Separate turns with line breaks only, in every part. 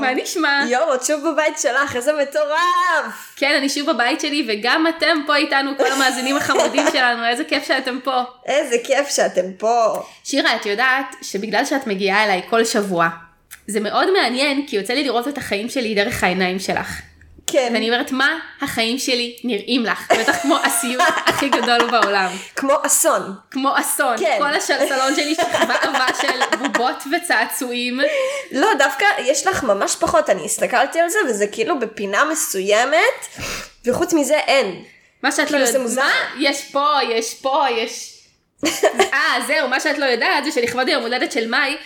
מה נשמע?
יואו, את שוב בבית שלך, איזה מטורף!
כן, אני שוב בבית שלי, וגם אתם פה איתנו, כל המאזינים החמודים שלנו, איזה כיף שאתם פה.
איזה כיף שאתם פה.
שירה, את יודעת שבגלל שאת מגיעה אליי כל שבוע, זה מאוד מעניין, כי יוצא לי לראות את החיים שלי דרך העיניים שלך.
כן,
ואני אומרת, מה החיים שלי נראים לך? בטח כמו הסיוט הכי גדול בעולם.
כמו אסון.
כמו אסון.
כן.
כל הסלון שלי שכבה עבה של בובות וצעצועים.
לא, דווקא יש לך ממש פחות, אני הסתכלתי על זה, וזה כאילו בפינה מסוימת, וחוץ מזה אין.
מה שאת לא
כאילו, זה
יודעת,
מוזר.
מה? יש פה, יש פה, יש... אה, זהו, מה שאת לא יודעת זה שלכבוד היום הולדת של מאי,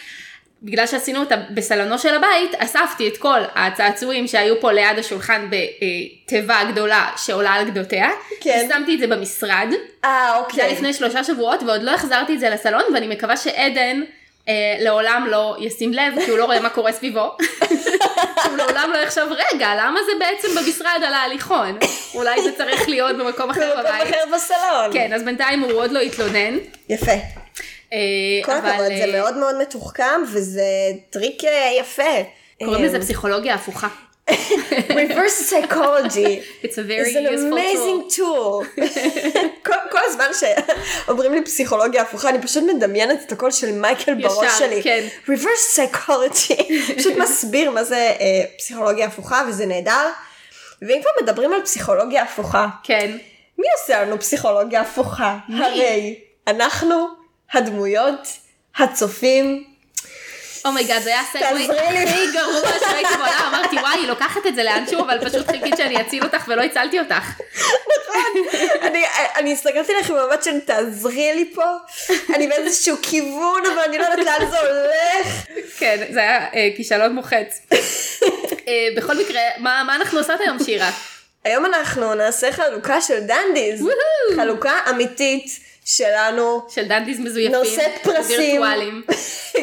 בגלל שעשינו אותה בסלונו של הבית, אספתי את כל הצעצועים שהיו פה ליד השולחן בתיבה גדולה שעולה על גדותיה.
כן.
ושמתי את זה במשרד,
אה,
זה היה
אוקיי.
לפני שלושה שבועות, ועוד לא החזרתי את זה לסלון, ואני מקווה שעדן... אה, לעולם לא ישים לב כי הוא לא רואה מה קורה סביבו. שהוא לעולם לא יחשוב רגע למה זה בעצם במשרד על ההליכון. אולי זה צריך להיות במקום אחר
במקום
בבית.
אחר כאילו, בסלון.
כן, אז בינתיים הוא עוד לא התלונן.
יפה.
אה,
כל
אבל,
הכבוד,
אה,
זה מאוד מאוד מתוחכם, וזה טריק אה, יפה.
קוראים לזה
אה,
פסיכולוגיה הפוכה.
reverse psychology.
It's a very
It's an
useful tool.
amazing tool. כל, כל הזמן שאומרים לי פסיכולוגיה הפוכה, אני פשוט מדמיינת את הקול של מייקל
ישר,
בראש שלי.
כן.
reverse psychology. פשוט מסביר מה זה אה, פסיכולוגיה הפוכה, וזה נהדר. ואם כבר מדברים על פסיכולוגיה הפוכה,
כן.
מי עושה לנו פסיכולוגיה הפוכה?
מי?
הרי אנחנו הדמויות, הצופים,
אומייגאד, Oh זה היה סגווי
תעזרי לי.
הכי גרוע שהייתי בעולם. אמרתי, וואי, היא לוקחת את זה לאנשהו, אבל פשוט חיכית שאני אציל אותך ולא הצלתי אותך.
אני, אני הסתכלתי עליך עם מבט של תעזרי לי פה, אני באיזשהו כיוון, אבל אני לא יודעת לאן זה הולך.
כן, זה היה אה, כישלון מוחץ. אה, בכל מקרה, מה מה אנחנו עושות היום, שירה?
היום אנחנו נעשה חלוקה של דנדיז,
וואו.
חלוקה אמיתית שלנו,
של דנדיז מזויפים.
נושאת פרסים,
וירטואלים.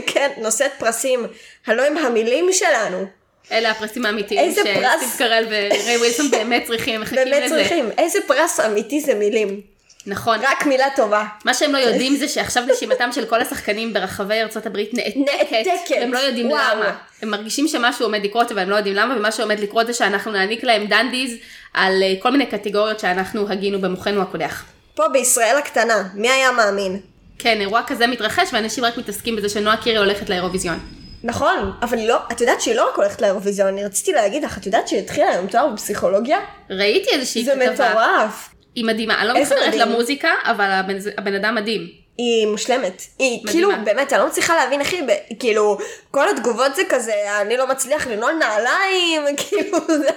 כן, נושאת פרסים, הלא הם המילים שלנו,
אלה הפרסים האמיתיים.
איזה פרס.
שסטיב קרל וריי ווילסון באמת צריכים, מחכים
באמת
לזה.
צריכים, איזה פרס אמיתי זה מילים,
נכון.
רק מילה טובה.
מה שהם לא יודעים זה שעכשיו נשימתם של כל השחקנים ברחבי ארצות הברית נעתקת,
נעתקת,
והם לא יודעים
וואו.
למה. הם מרגישים שמשהו עומד לקרות אבל הם לא יודעים למה, ומה שעומד לקרות זה שאנחנו נעניק להם דנדיז על אה, כל מיני קטגוריות שאנחנו הגינו במוחנו הקודח.
פה בישראל הקטנה, מי היה מאמין?
כן, אירוע כזה מתרחש ואנשים רק מתעסקים בזה שנועה קירי הולכת לאירוויזיון.
נכון, אבל היא לא, את יודעת שהיא לא רק הולכת לאירוויזיון, אני רציתי להגיד לך, את יודעת שהיא התחילה היום תואר בפסיכולוגיה?
ראיתי איזושהי
זה
כתבה,
מטורף.
היא מדהימה, אני לא
איזה
מתחברת
מדהים.
למוזיקה, אבל הבן, הבן אדם מדהים.
היא מושלמת. היא
מדהימה.
כאילו, באמת, אני לא מצליחה להבין איך היא, ב- כאילו, כל התגובות זה כזה, אני לא מצליח לנעול נעליים, כאילו, זה,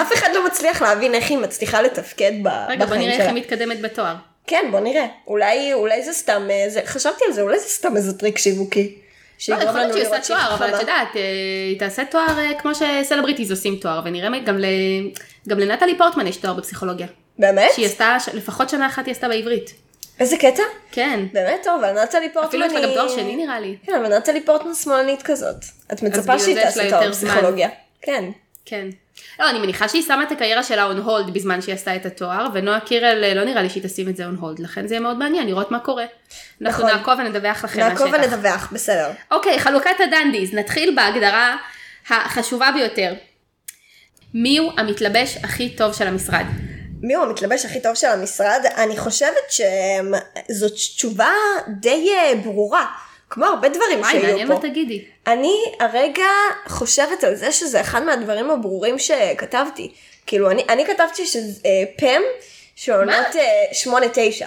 אף אחד לא מצליח להבין איך היא מצליחה לתפקד ב- בחיים
כן. רגע,
שלה.
בוא נראה איך היא מתקדמת בתואר. לא,
כן, בוא נראה. אולי, אולי זה סתם, אה, זה, חשבתי על זה, אולי זה סתם איזה טריק שיווקי.
לא,
שיגרום
יכול להיות
לנו
שהיא
לראות
עושה
שהיא
תואר, אבל
חכמה.
את יודעת, אה, היא תעשה תואר אה, כמו שסלבריטיז עושים תואר, ונראה מה- גם ל- גם לנטלי פורטמן יש תואר בפסיכולוגיה.
באמת?
שהיא עשתה, ש- לפחות שנה אחת היא עשתה בעברית.
איזה קטע?
כן.
באמת טוב, אבל נטלי פורטמן
אפילו יש לה גם תואר שני נראה לי.
כן, אבל נטלי פורטמן שמאלנית כזאת. את מצפה
בגלל זה
שהיא
יש לה
תעשה
יותר
תואר
זמן.
בפסיכולוגיה. כן.
כן. לא, אני מניחה שהיא שמה את הקריירה שלה on hold בזמן שהיא עשתה את התואר, ונועה קירל אה, לא נראה לי שהיא תשים את זה on hold, לכן זה יהיה מאוד מעניין לראות מה קורה. אנחנו
נכון.
נעקוב ונדווח לכם
נעקוב
מהשטח.
ונדווח, בסדר.
אוקיי, חלוקת הדנדיז. נתחיל בהגדרה החשובה ביותר. מיהו המתלבש הכי טוב של המשרד?
מי הוא המתלבש הכי טוב של המשרד? אני חושבת שזאת תשובה די אה, ברורה, כמו הרבה דברים
וואי,
שהיו
מעניין מה
פה.
תגידי.
אני הרגע חושבת על זה שזה אחד מהדברים הברורים שכתבתי. כאילו, אני, אני כתבתי שזה אה, פם של עונת אה, 8-9.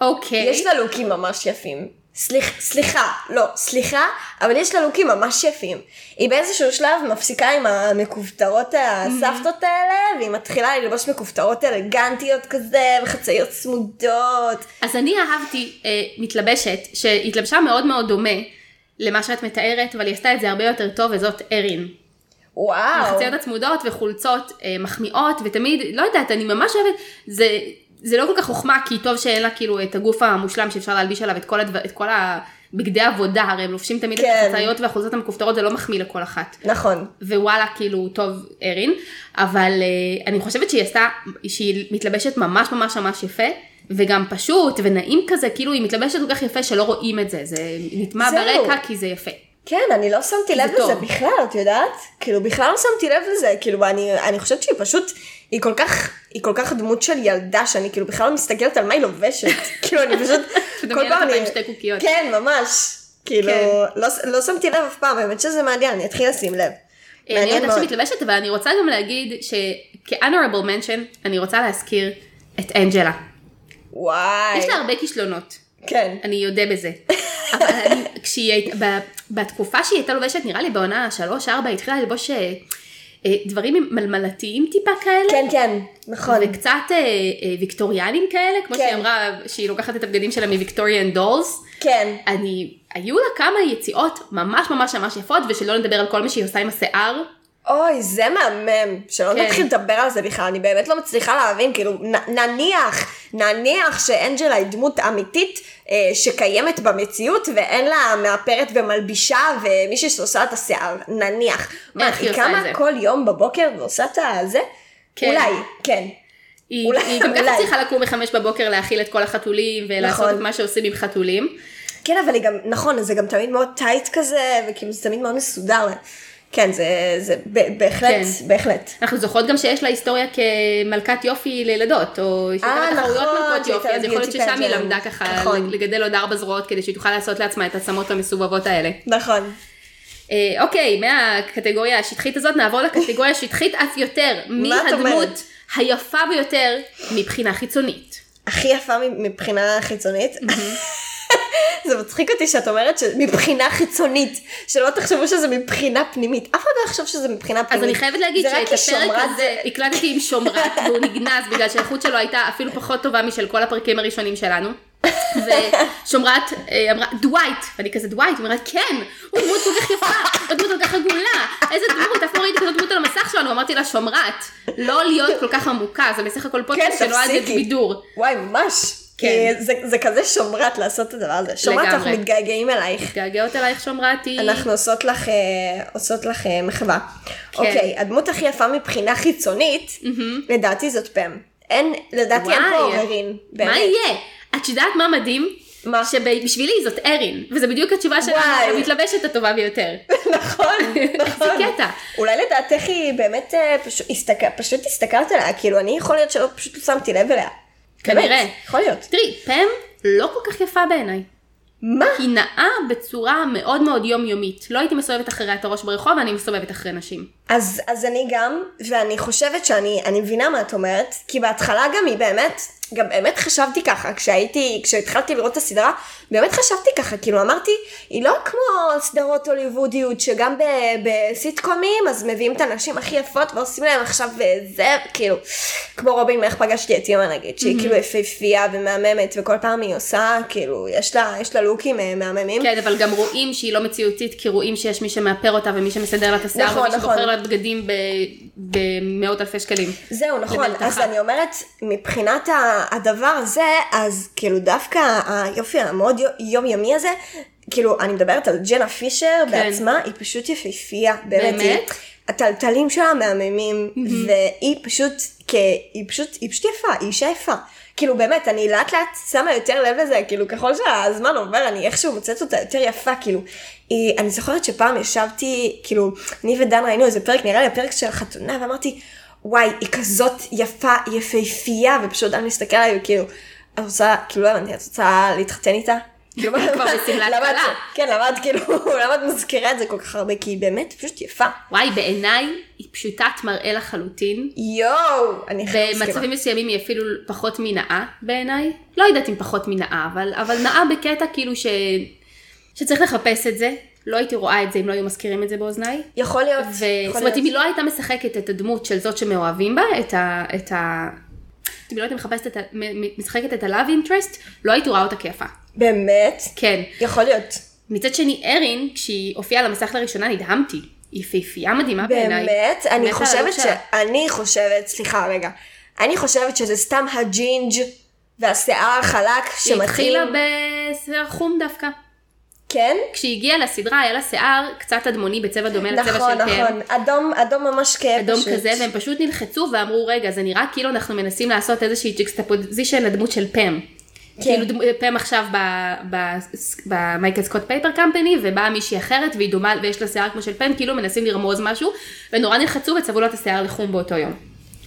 אוקיי.
יש לה לוקים ממש יפים. סליח, סליחה, לא, סליחה, אבל יש לה לוקים ממש יפים. היא באיזשהו שלב מפסיקה עם המכופתרות הסבתות האלה, והיא מתחילה ללבוש מכופתרות אלגנטיות כזה, וחצאיות צמודות.
אז אני אהבתי אה, מתלבשת שהתלבשה מאוד מאוד דומה למה שאת מתארת, אבל היא עשתה את זה הרבה יותר טוב, וזאת ארין.
וואו.
מחציות הצמודות וחולצות אה, מחמיאות, ותמיד, לא יודעת, אני ממש אוהבת, זה, זה לא כל כך חוכמה, כי טוב שאין לה כאילו את הגוף המושלם שאפשר להלביש עליו את כל, הדבר, את כל הבגדי העבודה, הרי הם לובשים תמיד
כן.
את החצאיות והחולצות המכופתרות, זה לא מחמיא לכל אחת.
נכון.
ווואלה, כאילו, טוב, ארין, אבל אה, אני חושבת שהיא עשתה, שהיא מתלבשת ממש ממש ממש יפה, וגם פשוט ונעים כזה, כאילו היא מתלבשת כל כך יפה שלא רואים את זה, זה נטמע
זהו.
ברקע כי זה יפה.
כן, אני לא שמתי
זה
לב לזה
טוב.
בכלל, את יודעת? כאילו, בכלל לא שמתי לב לזה, כאילו, אני, אני חושבת שהיא פשוט, היא כל כך, היא כל כך דמות של ילדה, שאני כאילו בכלל לא מסתכלת על מה היא לובשת. כאילו, אני פשוט, כל
שדמיינת
פעם
אותה עם
אני...
שתי קוקיות.
כן, ממש. כאילו,
כן. אה,
לא, לא שמתי לב אף פעם, האמת שזה מעניין, אני אתחיל לשים לב.
אני
מעניין
יודעת
מאוד.
שמתלבשת, אבל אני רוצה גם להגיד שכ-honorable mention, אני רוצה להזכיר את אנג'לה.
וואי.
יש לה הרבה כישלונות,
כן.
אני יודע בזה. אבל אני- כשהיא הייתה, ב- בתקופה שהיא הייתה לובשת, נראה לי בעונה 3-4, היא התחילה ללבוש אה, אה, דברים מלמלתיים טיפה כאלה.
כן, כן, נכון.
וקצת אה, אה, ויקטוריאנים כאלה, כמו
כן.
שהיא אמרה, שהיא לוקחת את הבגדים שלה מוויקטוריאן דולס.
כן.
אני, היו לה כמה יציאות ממש ממש ממש יפות, ושלא נדבר על כל מה שהיא עושה עם השיער.
אוי, זה מהמם, שלא
כן.
נתחיל לדבר על זה בכלל, אני באמת לא מצליחה להבין, כאילו, נ- נניח, נניח שאנג'לה היא דמות אמיתית אה, שקיימת במציאות ואין לה מאפרת ומלבישה ומישהי שעושה את השיער, נניח. מה,
איך היא
היא
עושה את
קמה
זה?
כל יום בבוקר ועושה את הזה?
כן.
אולי, כן.
היא,
אולי-
היא גם ככה
אולי.
צריכה לקום בחמש בבוקר להאכיל את כל החתולים, ולעשות
נכון.
את מה שעושים עם חתולים.
כן, אבל היא גם, נכון, זה גם תמיד מאוד טייט כזה, וכאילו זה תמיד מאוד מסודר. כן, זה, זה ב- בהחלט,
כן.
בהחלט.
אנחנו זוכרות גם שיש לה היסטוריה כמלכת יופי לילדות, או שהיא
אה,
הייתה בתחרויות
נכון,
מלכות
שהיא
יופי,
הייתה
אז יכול להיות
beauty
ששם היא
pageant.
למדה ככה
נכון.
לגדל עוד ארבע זרועות, כדי שהיא תוכל לעשות לעצמה את הצמות המסובבות האלה.
נכון.
אה, אוקיי, מהקטגוריה השטחית הזאת נעבור לקטגוריה השטחית אף יותר. מי
מה את אומרת?
הדמות היפה ביותר מבחינה חיצונית?
הכי יפה מבחינה חיצונית. זה מצחיק אותי שאת אומרת שמבחינה חיצונית, שלא תחשבו שזה מבחינה פנימית. אף אחד לא יחשוב שזה מבחינה
אז
פנימית.
אני חייבת להגיד
זה רק
שאת הפרק
כשומרת-
הזה הקלטתי עם שומרת והוא נגנז בגלל שהאיכות שלו הייתה אפילו פחות טובה משל כל הפרקים הראשונים שלנו. ושומרת אה, אמרה דווייט, ואני כזה דווייט, היא אומרת כן, הוא דמות כל כך יפה, הוא דמות כל כך עגולה, איזה דמות, אף פעם לא ראיתי כזאת דמות על המסך שלנו, אמרתי לה שומרת, לא להיות כל כך עמוקה, זה בסך הכל פודקאסט
כן,
שנועד
תפסיקי.
לבידור.
וואי, ממש.
כן.
כי זה, זה כזה שומרת לעשות את הדבר הזה. שומרת,
לגמרי.
אנחנו מתגעגעים אלייך.
מתגעגעות אלייך שומרתי.
אנחנו עושות לך, אה, עושות לך אה, מחווה.
כן.
אוקיי, הדמות הכי יפה מבחינה חיצונית, לדעתי זאת פם. אין, לדעתי אין פה
וואי.
עוררין.
מה
באמת.
יהיה? את יודעת מה מדהים?
מה?
שבשבילי זאת ארין, וזה בדיוק התשובה שלנו,
וואי.
המתלבשת הטובה ביותר.
נכון, נכון.
זה קטע.
אולי לדעתך היא באמת אה, פשוט, הסתכל, פשוט הסתכלת עליה, כאילו אני יכול להיות שלא פשוט לא שמתי לב אליה.
כנראה.
באמת, יכול להיות.
תראי, פם לא כל כך יפה בעיניי.
מה?
היא נאה בצורה מאוד מאוד יומיומית. לא הייתי מסובבת אחריה את הראש ברחוב, אני מסובבת אחרי נשים.
אז, אז אני גם, ואני חושבת שאני אני מבינה מה את אומרת, כי בהתחלה גם היא באמת, גם באמת חשבתי ככה, כשהייתי, כשהתחלתי לראות את הסדרה, באמת חשבתי ככה, כאילו אמרתי, היא לא כמו סדרות הוליוודיות, שגם ב, בסיטקומים, אז מביאים את הנשים הכי יפות ועושים להם עכשיו אה, זה, כאילו, כמו רובין מאיך פגשתי את ימה נגיד, שהיא כאילו יפהפייה ומהממת, וכל פעם היא עושה, כאילו, יש לה, יש לה לוקים אה, מהממים.
כן, אבל גם רואים שהיא לא מציאותית, כי רואים שיש מי שמאפר אותה ומי שמסדר לה את השיער,
נכון,
ומי שבוחר
נכון.
לה בגדים ב- במאות אלפי שקלים.
זהו, נכון.
לבלתך.
אז אני אומרת, מבחינת ה- הדבר הזה, אז כאילו דווקא היופי המאוד יו- יומיומי הזה, כאילו, אני מדברת על ג'נה פישר
כן.
בעצמה, היא פשוט יפהפייה, באמת.
באמת?
היא- הטלטלים שלה מהממים, והיא פשוט, כ- היא פשוט, היא פשוט יפה, היא אישה יפה. כאילו באמת, אני לאט לאט שמה יותר לב לזה, כאילו ככל שהזמן עובר, אני איכשהו מוצאת אותה יותר יפה, כאילו. היא, אני זוכרת שפעם ישבתי, כאילו, אני ודן ראינו איזה פרק, נראה לי הפרק של החתונה, ואמרתי, וואי, היא כזאת יפה, יפהפייה, ופשוט אני מסתכל עליי, כאילו, את רוצה, כאילו, לא הבנתי, את רוצה להתחתן איתה? כאילו, מה-
כבר בשמלת
למה את-
כלה.
כן, למה את כאילו, למה את מזכירה את זה כל כך הרבה? כי היא באמת פשוט יפה.
וואי, בעיניי היא פשוטת מראה לחלוטין.
יואו, אני לא חייבת להסכים.
במצבים מסוימים היא אפילו פחות מנאה בעיניי. לא יודעת אם פחות מנאה, אבל, אבל נאה בקטע כאילו ש... שצריך לחפש את זה. לא הייתי רואה את זה אם לא היו מזכירים את זה באוזניי.
יכול להיות,
ו...
יכול
זאת אומרת, אם
להיות.
היא לא הייתה משחקת את הדמות של זאת שמאוהבים בה, את ה... את ה... אם היא לא הייתה מחפשת את ה... מ- מ- משחקת את ה-love interest, לא הייתי רואה אותה כיפה.
באמת?
כן.
יכול להיות.
מצד שני, ארין, כשהיא הופיעה על המסך לראשונה, נדהמתי. היא יפהפייה מדהימה בעיניי.
באמת? אני
מתה על הלוק
חושבת ש...
שלה.
אני חושבת, סליחה רגע, אני חושבת שזה סתם הג'ינג' והשיער החלק
היא
שמתחיל...
התחילה בשיער חום דווקא.
כן?
כשהיא הגיעה לסדרה היה לה שיער קצת אדמוני בצבע דומה לצבע
נכון,
של פאר.
נכון. אדום, אדום ממש כאב
אדום
פשוט.
כזה, והם פשוט נלחצו ואמרו, רגע, זה נראה כאילו אנחנו מנסים לעשות איזושהי ג'יקסטפוזישן לדמות של פאם.
כן.
כאילו דמו- פם עכשיו ב- ב- במייקל סקוט פייפר קמפני ובאה מישהי אחרת והיא דומה ויש לה שיער כמו של פם כאילו מנסים לרמוז משהו ונורא נלחצו וצבעו לה את השיער לחום באותו יום.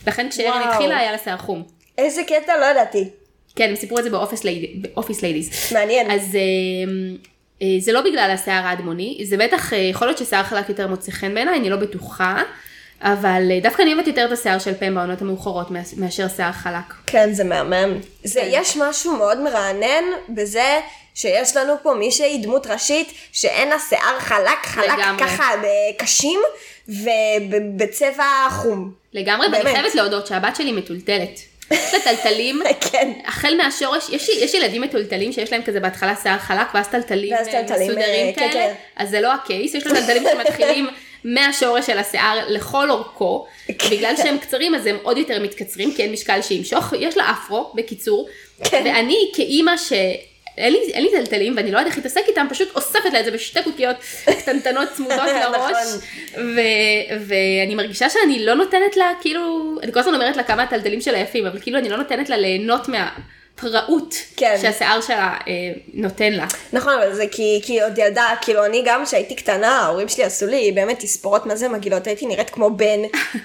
לכן כשארן
וואו.
התחילה היה לה שיער חום.
איזה קטע? לא ידעתי.
כן הם סיפרו את זה באופיס ליידי- באופיס ליידיז.
מעניין.
אז אמ, אה, זה לא בגלל השיער האדמוני, זה בטח, אה, יכול להיות ששיער חלק יותר מוצא חן בעיניי, אני לא בטוחה, אבל אה, דווקא אני אוהבת יותר את השיער של פן בעונות המאוחרות מאש- מאשר שיער חלק.
כן, זה מהמם. זה,
כן.
יש משהו מאוד מרענן בזה שיש לנו פה מישהי דמות ראשית שאין לה שיער חלק חלק
לגמרי.
ככה אה, קשים ובצבע חום.
לגמרי, ואני
באמת.
חייבת להודות שהבת שלי מטולטלת. יש לה טלטלים,
כן.
החל מהשורש, יש, יש ילדים מטולטלים שיש להם כזה בהתחלה שיער חלק ואז טלטלים
ואז
אה,
טלטלים, אה,
מסודרים
כן,
כאלה,
כן.
אז זה לא הקייס, יש לו טלטלים שמתחילים מהשורש של השיער לכל אורכו,
כן.
בגלל שהם קצרים אז הם עוד יותר מתקצרים כי אין משקל שימשוך, יש לה אפרו בקיצור,
כן.
ואני כאימא ש... אין לי, אין לי טלטלים ואני לא יודעת איך להתעסק איתם, פשוט אוספת לה את זה בשתי קוקיות קטנטנות צמודות לראש,
נכון.
ו- ואני מרגישה שאני לא נותנת לה, כאילו, אני כל הזמן אומרת לה כמה הטלטלים שלה יפים, אבל כאילו אני לא נותנת לה ליהנות מהפראות
כן.
שהשיער שלה אה, נותן לה.
נכון, אבל זה כי, כי עוד ילדה, כאילו אני גם כשהייתי קטנה, ההורים שלי עשו לי באמת תספורות מה זה מגעילות, הייתי נראית כמו בן,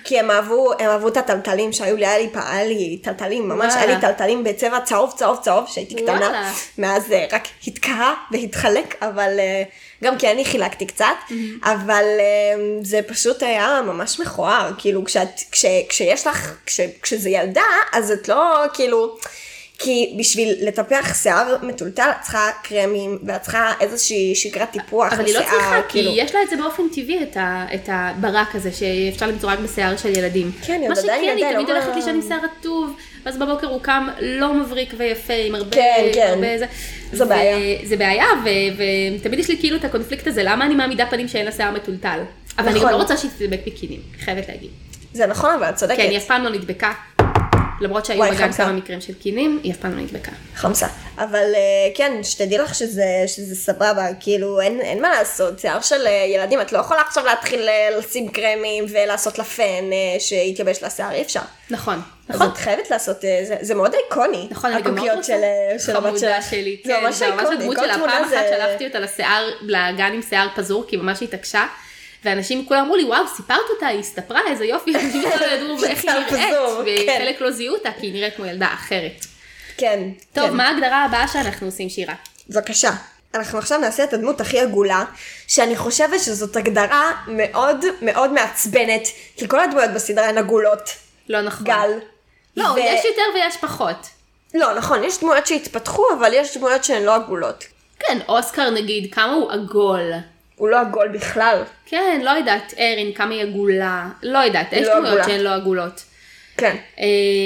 כי הם אהבו, הם אהבו את הטלטלים שהיו לי, היה לי, פע- היה לי טלטלים, ממש היה לי
וואלה.
טלטלים בצבע צהוב צהוב צהוב, כשהייתי
וואלה.
קטנה, מאז אה, רק התקהה והתחלק, אבל אה, גם כי אני חילקתי קצת, אבל אה, זה פשוט היה ממש מכוער, כאילו כשאת, כש, כשיש לך, כש, כשזה ילדה, אז את לא, כאילו... כי בשביל לטפח שיער מטולטל את צריכה קרמים ואת צריכה איזושהי שגרת טיפוח
אבל היא לא
לשיער,
צריכה, כי
כאילו.
יש לה את זה באופן טבעי, את, ה, את הברק הזה שאפשר למצוא רק בשיער של ילדים.
כן, היא
מה
עוד
שכן,
עדיין
היא
ילדה,
תמיד
לא-
הולכת לישון עם שיער רטוב, אז בבוקר הוא קם לא מבריק ויפה, עם הרבה...
כן, כן.
הרבה זה,
זו
ו-
בעיה.
זה בעיה, ו- ותמיד יש לי כאילו את הקונפליקט הזה, למה אני מעמידה פנים שאין לה שיער מטולטל? אבל אני גם
נכון.
לא רוצה שהיא תדבק ביקינים, אני חייבת להגיד.
זה נכון אבל את צודקת.
כן, היא אף פעם לא נדבקה. למרות שהיו
וואי,
בה גם
חמסה.
כמה מקרים של קינים, היא אף פעם לא נדבקה.
חמסה. אבל אה, כן, שתדעי לך שזה, שזה סבבה, כאילו אין, אין מה לעשות, שיער של אה, ילדים, את לא יכולה עכשיו להתחיל אה, לשים קרמים ולעשות לה פן אה, שיתייבש לה שיער, אי אפשר.
נכון,
נכון.
נכון.
אז את חייבת לעשות, אה, זה, זה מאוד איקוני,
נכון, אני גם מאוד
הקוקיות
רוצה.
של, אה, של הבת
חמודה
שלך.
שלי,
זה
כן,
ממש
זה ממש
איקוני,
הדמות
כל
שלה.
תמונה
פעם אחת
זה-
שלחתי אותה לשיער, לגן עם שיער פזור, כי היא ממש התעקשה. ואנשים כולם אמרו לי, וואו, סיפרת אותה, היא הסתפרה, איזה יופי, אנשים בכלל לא ידעו איך היא
שיער
נראית,
פזור, כן.
וחלק לא זיהו אותה, כי היא נראית כמו ילדה אחרת.
כן.
טוב,
כן.
מה ההגדרה הבאה שאנחנו עושים, שירה?
בבקשה. אנחנו עכשיו נעשה את הדמות הכי עגולה, שאני חושבת שזאת הגדרה מאוד מאוד מעצבנת, כי כל הדמויות בסדרה הן עגולות.
לא נכון.
גל.
לא,
ו-
יש יותר ויש פחות.
לא, נכון, יש דמויות שהתפתחו, אבל יש דמויות שהן לא עגולות.
כן, אוסקר נגיד, כמה הוא עגול.
הוא לא עגול בכלל.
כן, לא יודעת, ארין, כמה היא עגולה. לא יודעת, יש
לא
דמויות
עגולה.
שהן לא עגולות.
כן.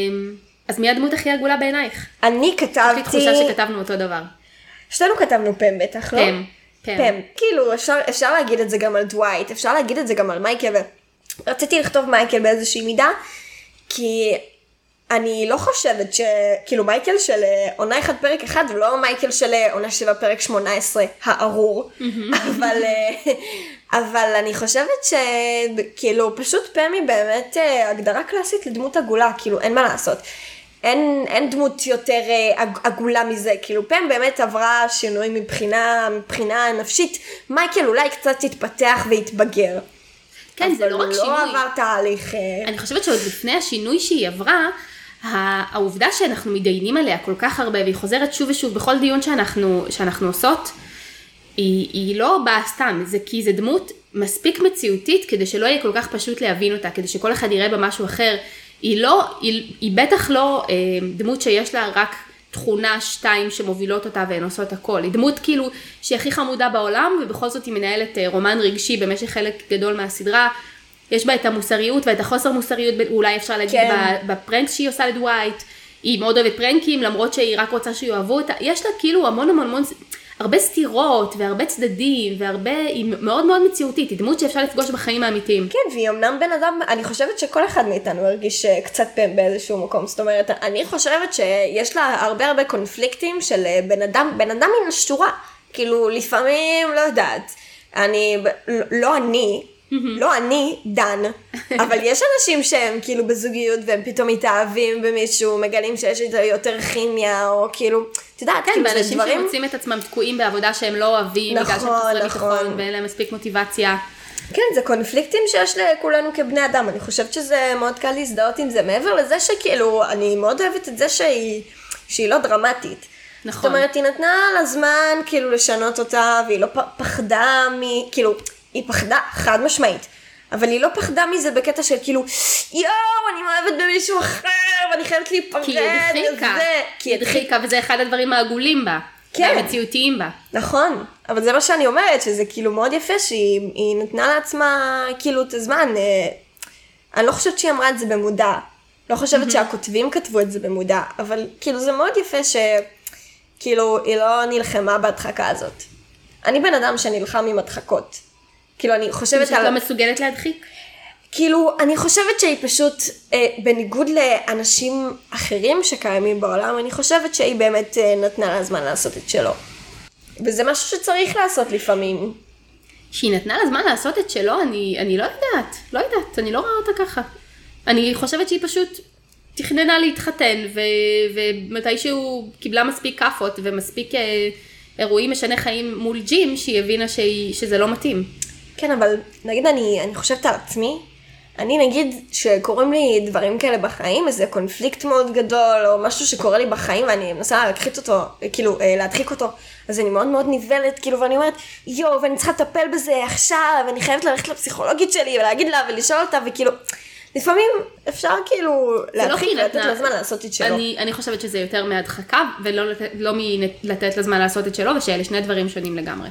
אמ, אז מי הדמות הכי עגולה בעינייך?
אני
יש לי תחושה
כתבתי...
שכתבנו אותו דבר.
שתינו כתבנו פם בטח, לא?
פם. כן. פם.
פם. כאילו, אפשר, אפשר להגיד את זה גם על דווייט, אפשר להגיד את זה גם על מייקל, ורציתי לכתוב מייקל באיזושהי מידה, כי אני לא חושבת ש... כאילו, מייקל של אה, עונה אחת פרק אחד, הוא לא מייקל של אה, עונה שבע פרק שמונה עשרה, הארור, אבל... אה, אבל אני חושבת שכאילו פשוט פם היא באמת אה, הגדרה קלאסית לדמות עגולה, כאילו אין מה לעשות. אין, אין דמות יותר אה, עג- עגולה מזה, כאילו פם באמת עברה שינוי מבחינה, מבחינה נפשית, מייקל אולי קצת התפתח והתבגר.
כן, זה לא רק
אבל הוא
שינוי.
לא עבר תהליך... אה,
אני חושבת שעוד לפני השינוי שהיא עברה, ה- העובדה שאנחנו מתדיינים עליה כל כך הרבה, והיא חוזרת שוב ושוב בכל דיון שאנחנו, שאנחנו עושות, היא, היא לא באה סתם, זה כי זו דמות מספיק מציאותית כדי שלא יהיה כל כך פשוט להבין אותה, כדי שכל אחד יראה בה משהו אחר. היא לא, היא, היא בטח לא אה, דמות שיש לה רק תכונה שתיים שמובילות אותה והן עושות הכל. היא דמות כאילו שהיא הכי חמודה בעולם ובכל זאת היא מנהלת אה, רומן רגשי במשך חלק גדול מהסדרה. יש בה את המוסריות ואת החוסר מוסריות, ב- אולי אפשר להגיד
כן.
ב- בפרנק שהיא עושה לדווייט, היא מאוד אוהבת פרנקים, למרות שהיא רק רוצה שיאהבו אותה, יש לה כאילו המון המון המון, ס- הרבה סתירות, והרבה צדדים, והרבה, היא מאוד מאוד מציאותית, היא דמות שאפשר לפגוש בחיים האמיתיים.
כן, והיא אמנם בן אדם, אני חושבת שכל אחד מאיתנו הרגיש אה, קצת פן באיזשהו מקום. זאת אומרת, אני חושבת שיש לה הרבה הרבה קונפליקטים של אה, בן אדם, בן אדם מן השורה. כאילו, לפעמים, לא יודעת, אני, ב- לא- לא אני, לא אני, דן, אבל יש אנשים שהם כאילו בזוגיות והם פתאום מתאהבים במישהו, מגלים שיש איתו יותר כימיה, או כאילו, את יודעת,
כן,
כאילו זה
ואנשים
דברים...
שמוצאים את עצמם תקועים בעבודה שהם לא אוהבים, בגלל שהם
נכון,
חסרי ביטחון
נכון.
ואין להם מספיק מוטיבציה.
כן, זה קונפליקטים שיש לכולנו כבני אדם, אני חושבת שזה מאוד קל להזדהות עם זה, מעבר לזה שכאילו, אני מאוד אוהבת את זה שהיא, שהיא לא דרמטית. זאת
נכון.
אומרת, היא נתנה לה זמן כאילו לשנות אותה, והיא לא פ- פחדה מ... כאילו, היא פחדה, חד משמעית. אבל היא לא פחדה מזה בקטע של כאילו, יואו, אני מאוהבת במישהו אחר, ואני חייבת להיפרד.
כי היא הדחיקה,
וזה."
כי היא הדחיקה, וזה אחד הדברים העגולים בה,
כן.
והמציאותיים בה.
נכון, אבל זה מה שאני אומרת, שזה כאילו מאוד יפה שהיא היא נתנה לעצמה כאילו את הזמן. אה, אני לא חושבת שהיא אמרה את זה במודע. לא חושבת שהכותבים כתבו את זה במודע, אבל כאילו זה מאוד יפה שכאילו היא לא נלחמה בהדחקה הזאת. אני בן אדם שנלחם עם הדחקות. כאילו אני
היא
חושבת
פשוט
על...
לא מסוגלת להדחיק.
כאילו, אני חושבת שהיא פשוט, אה, בניגוד לאנשים אחרים שקיימים בעולם, אני חושבת שהיא באמת אה, נתנה לה זמן לעשות את שלו. וזה משהו שצריך לעשות לפעמים.
שהיא נתנה לה זמן לעשות את שלו, אני, אני לא יודעת, לא יודעת, אני לא רואה אותה ככה. אני חושבת שהיא פשוט תכננה להתחתן, ו, ומתישהו קיבלה מספיק כאפות ומספיק אה, אירועים משני חיים מול ג'ים, שהיא הבינה שהיא, שזה לא מתאים.
כן, אבל נגיד אני, אני חושבת על עצמי, אני נגיד שקורים לי דברים כאלה בחיים, איזה קונפליקט מאוד גדול, או משהו שקורה לי בחיים, ואני מנסה להדחיק אותו, כאילו, אה, להדחיק אותו, אז אני מאוד מאוד נבהלת, כאילו, ואני אומרת, יואו, ואני צריכה לטפל בזה עכשיו, ואני חייבת ללכת לפסיכולוגית שלי, ולהגיד לה, ולשאול אותה, וכאילו, לפעמים אפשר כאילו
זה לא
להדחיק
שהיא
ולתת
נתנה-
לה זמן לעשות את שלו.
אני, אני חושבת שזה יותר מהדחקה, ולא לת, לא מלתת לה זמן לעשות את שלו, ושאלה שני דברים שונים לגמרי.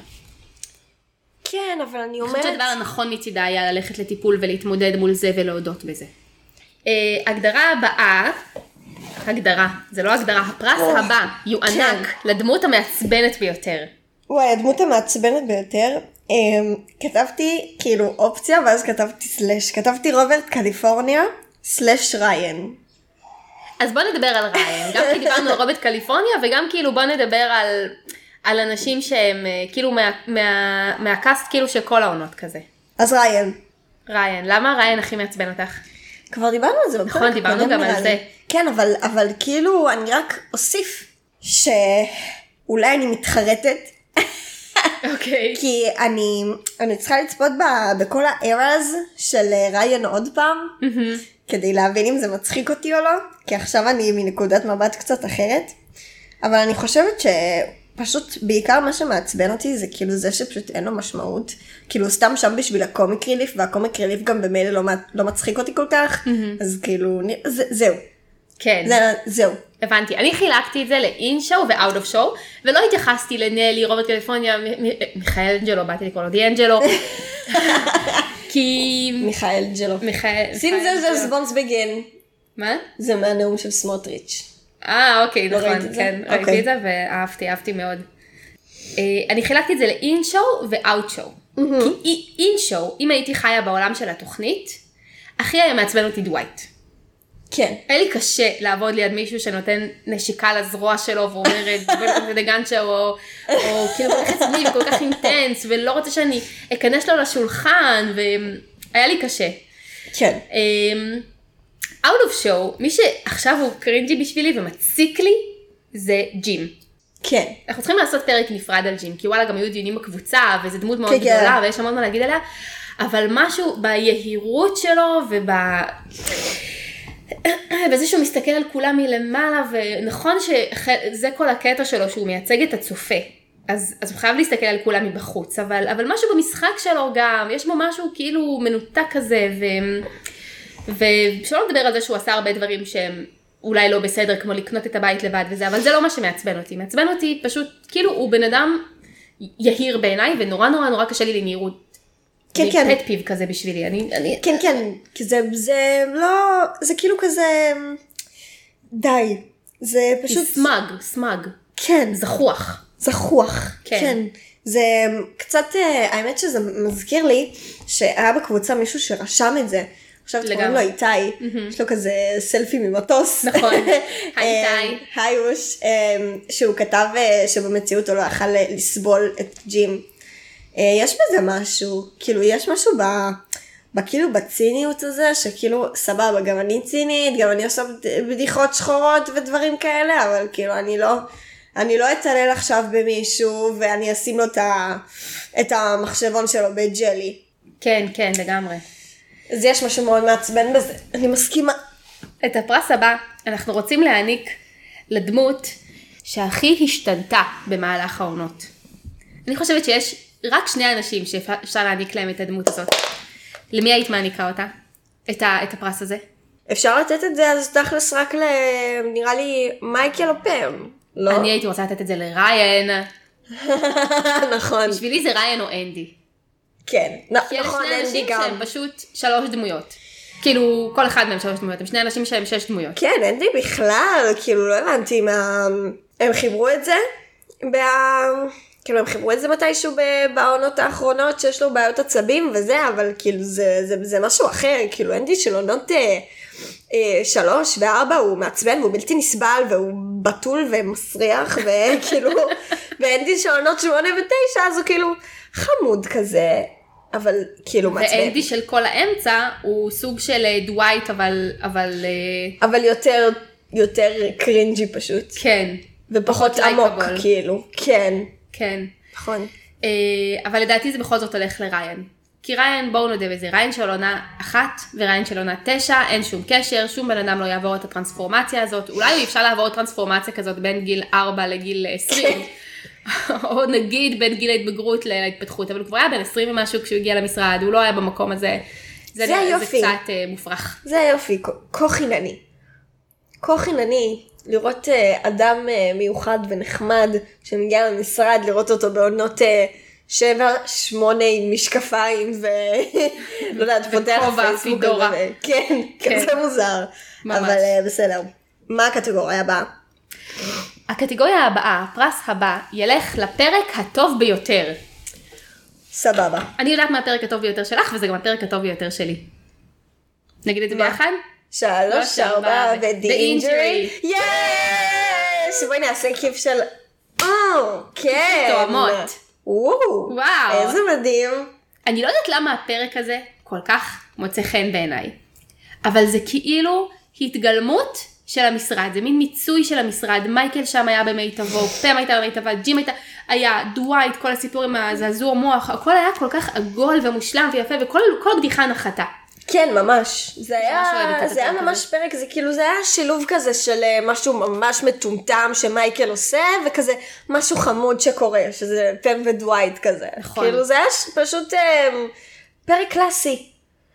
כן, אבל אני
אני חושבת
אומרת...
שהדבר הנכון מצידה היה ללכת לטיפול ולהתמודד מול זה ולהודות בזה. אה, הגדרה הבאה, הגדרה, זה לא הגדרה, הפרס
אוי, כן.
הבא יוענק לדמות המעצבנת ביותר.
וואי, הדמות המעצבנת ביותר, אמ, כתבתי כאילו אופציה ואז כתבתי סלאש, כתבתי רוברט קליפורניה, סלאש ריין.
אז בוא נדבר על ריין, גם כי דיברנו על רוברט קליפורניה וגם כאילו בוא נדבר על, על אנשים שהם אה, כאילו מה, מה, מהקאסט כאילו של כל העונות כזה.
אז ריין.
ריין, למה ריין הכי מעצבן אותך?
כבר דיברנו על זה בפרק
נכון, דיברנו
הקודם,
גם על
נראה לי.
זה.
כן, אבל, אבל כאילו, אני רק אוסיף שאולי אני מתחרטת,
אוקיי.
כי אני, אני צריכה לצפות ב, בכל הארז של אה, ריין עוד פעם, כדי להבין אם זה מצחיק אותי או לא, כי עכשיו אני מנקודת מבט קצת אחרת, אבל אני חושבת שפשוט בעיקר מה שמעצבן אותי זה כאילו זה שפשוט אין לו משמעות, כאילו הוא סתם שם בשביל הקומיק ריליף, והקומיק ריליף גם במילא לא, מע- לא מצחיק אותי כל כך, אז כאילו, נ- זה, זהו,
כן.
זה, זהו.
הבנתי, אני חילקתי את זה לאין שואו ואאוט אוף שואו, ולא התייחסתי לנלי, רוברט קליפורניה, מ- מ- מיכאל אנג'לו, באתי לקרוא לו דיאנג'לו, כי...
מיכאל ג'לו.
מיכאל...
Sing
מיכאל
the
אנג'לו.
response begin.
מה?
זה מהנאום של סמוטריץ'.
אה, אוקיי,
לא ראית
נכון,
את זה?
כן,
אוקיי.
ראיתי את זה ואהבתי, אהבתי מאוד. אה, אני חילקתי את זה לאין שואו ואאוט שואו. כי אין שואו, אם הייתי חיה בעולם של התוכנית, הכי היה מעצבן אותי דווייט.
כן.
היה לי קשה לעבוד ליד מישהו שנותן נשיקה לזרוע שלו ואומר את דגנצ'ה או, או כאילו כל כך עצמי וכל כך אינטנס ולא רוצה שאני אכנס לו לשולחן והיה לי קשה. אמ,
כן.
אאוט אוף שואו, מי שעכשיו הוא קרינג'י בשבילי ומציק לי זה ג'ים.
כן.
אנחנו צריכים לעשות פרק נפרד על ג'ים, כי וואלה גם היו דיונים בקבוצה, וזו דמות מאוד
כן, כן.
גדולה, ויש המון מה להגיד עליה, אבל משהו ביהירות שלו, וב... בזה שהוא מסתכל על כולם מלמעלה, ונכון שזה כל הקטע שלו, שהוא מייצג את הצופה. אז, אז הוא חייב להסתכל על כולם מבחוץ, אבל, אבל משהו במשחק שלו גם, יש בו משהו כאילו מנותק כזה, ו... ושלא נדבר על זה שהוא עשה הרבה דברים שהם אולי לא בסדר, כמו לקנות את הבית לבד וזה, אבל זה לא מה שמעצבן אותי. מעצבן אותי פשוט, כאילו הוא בן אדם יהיר בעיניי, ונורא נורא נורא קשה לי לנהירות.
כן, כן.
פט פיב כזה בשבילי, אני, אני,
כן, כן, כי זה, זה לא, זה כאילו כזה, די. זה כן, פשוט,
סמג, סמג,
כן,
זחוח.
זחוח.
כן.
כן. כן. זה קצת, אה, האמת שזה מזכיר לי שהיה בקבוצה מישהו שרשם את זה. עכשיו קוראים לו
לגמרי.
איתי, יש לו כזה סלפי ממטוס.
נכון. היי,
אה,
איתי.
היי אוש, אה, שהוא כתב אה, שבמציאות הוא לא יכל אה, לסבול את ג'ים. אה, יש בזה משהו, כאילו יש משהו ב... בכאילו בציניות הזה, שכאילו סבבה, גם אני צינית, גם אני עושה בד- בדיחות שחורות ודברים כאלה, אבל כאילו אני לא, אני לא אצלל עכשיו במישהו, ואני אשים לו את, ה... את המחשבון שלו בג'לי.
כן, כן, לגמרי.
אז יש משהו מאוד מעצבן בזה, אני מסכימה.
את הפרס הבא אנחנו רוצים להעניק לדמות שהכי השתנתה במהלך העונות. אני חושבת שיש רק שני אנשים שאפשר להעניק להם את הדמות הזאת. למי היית מעניקה אותה? את, ה, את הפרס הזה?
אפשר לתת את זה אז תכלס רק ל... נראה לי מייקל או פם, לא?
אני הייתי רוצה לתת את זה לריין.
נכון.
בשבילי זה ריין או אנדי.
כן,
כי
נ-
אלה
נכון,
שני
אנדי
אנשים
גם.
שהם פשוט שלוש דמויות. כאילו, כל אחד מהם שלוש דמויות. הם שני אנשים שהם שש דמויות.
כן, אנדי בכלל, כאילו לא הבנתי מה... הם חיברו את זה? בה... כאילו הם חיברו את זה מתישהו ב- בעונות האחרונות שיש לו בעיות עצבים וזה, אבל כאילו זה, זה, זה משהו אחר, כאילו אנדי של עונות אה, אה, שלוש וארבע הוא מעצבן והוא בלתי נסבל והוא בתול ומסריח וכאילו, ואנדי של עונות שמונה ותשע אז הוא כאילו חמוד כזה, אבל כאילו מעצבן.
ואנדי של כל האמצע הוא סוג של אה, דווייט, אבל, אבל אה,
אבל יותר, יותר קרינג'י פשוט.
כן,
ופחות
פחות
עמוק,
likeable.
כאילו, כן.
כן.
נכון.
אה, אבל לדעתי זה בכל זאת הולך לריין. כי ריין, בואו נודה בזה, ריין של עונה אחת וריין של עונה תשע, אין שום קשר, שום בן אדם לא יעבור את הטרנספורמציה הזאת. אולי הוא אפשר לעבור טרנספורמציה כזאת בין גיל ארבע לגיל עשרים. או נגיד בין גיל ההתבגרות להתפתחות, אבל הוא כבר היה בן עשרים ומשהו כשהוא הגיע למשרד, הוא לא היה במקום הזה.
זה
נראה- זה
היופי.
קצת אה, מופרך.
זה היופי, כה- כה חינני. כה חינני לראות אה, אדם אה, מיוחד ונחמד שמגיע למשרד, לראות אותו בעונות אה, שבע, שמונה עם משקפיים ו... לא יודעת, פותח
וכובע,
פייסבוק.
פידורה.
כזה, כן,
כן.
כזה מוזר.
ממש.
אבל אה, בסדר. מה הקטגוריה הבאה?
הקטגוריה הבאה, הפרס הבא, ילך לפרק הטוב ביותר.
סבבה.
אני יודעת מה הפרק הטוב ביותר שלך, וזה גם הפרק הטוב ביותר שלי. נגיד את זה
מה?
ביחד?
שלוש, ארבע,
ו-
ו-the
The
injury.
injury.
יש! בואי נעשה כיף של... או, כן.
תואמות.
וואו.
וואו.
איזה מדהים.
אני לא יודעת למה הפרק הזה כל כך מוצא חן בעיניי, אבל זה כאילו התגלמות של המשרד, זה מין מיצוי של המשרד, מייקל שם היה במיטבו, פם הייתה במיטבה, ג'ים הייתה, היה דווייט, כל הסיפור עם הזעזוע מוח, הכל היה כל כך עגול ומושלם ויפה, וכל כל בדיחה נחתה.
כן, ממש. זה היה,
ממש אוהבת את
זה היה
הפרק
ממש פרק, זה כאילו, זה היה שילוב כזה של אה, משהו ממש מטומטם שמייקל עושה, וכזה משהו חמוד שקורה, שזה פם ודווייט כזה.
נכון.
כאילו, זה היה ש- פשוט אה, פרק קלאסי.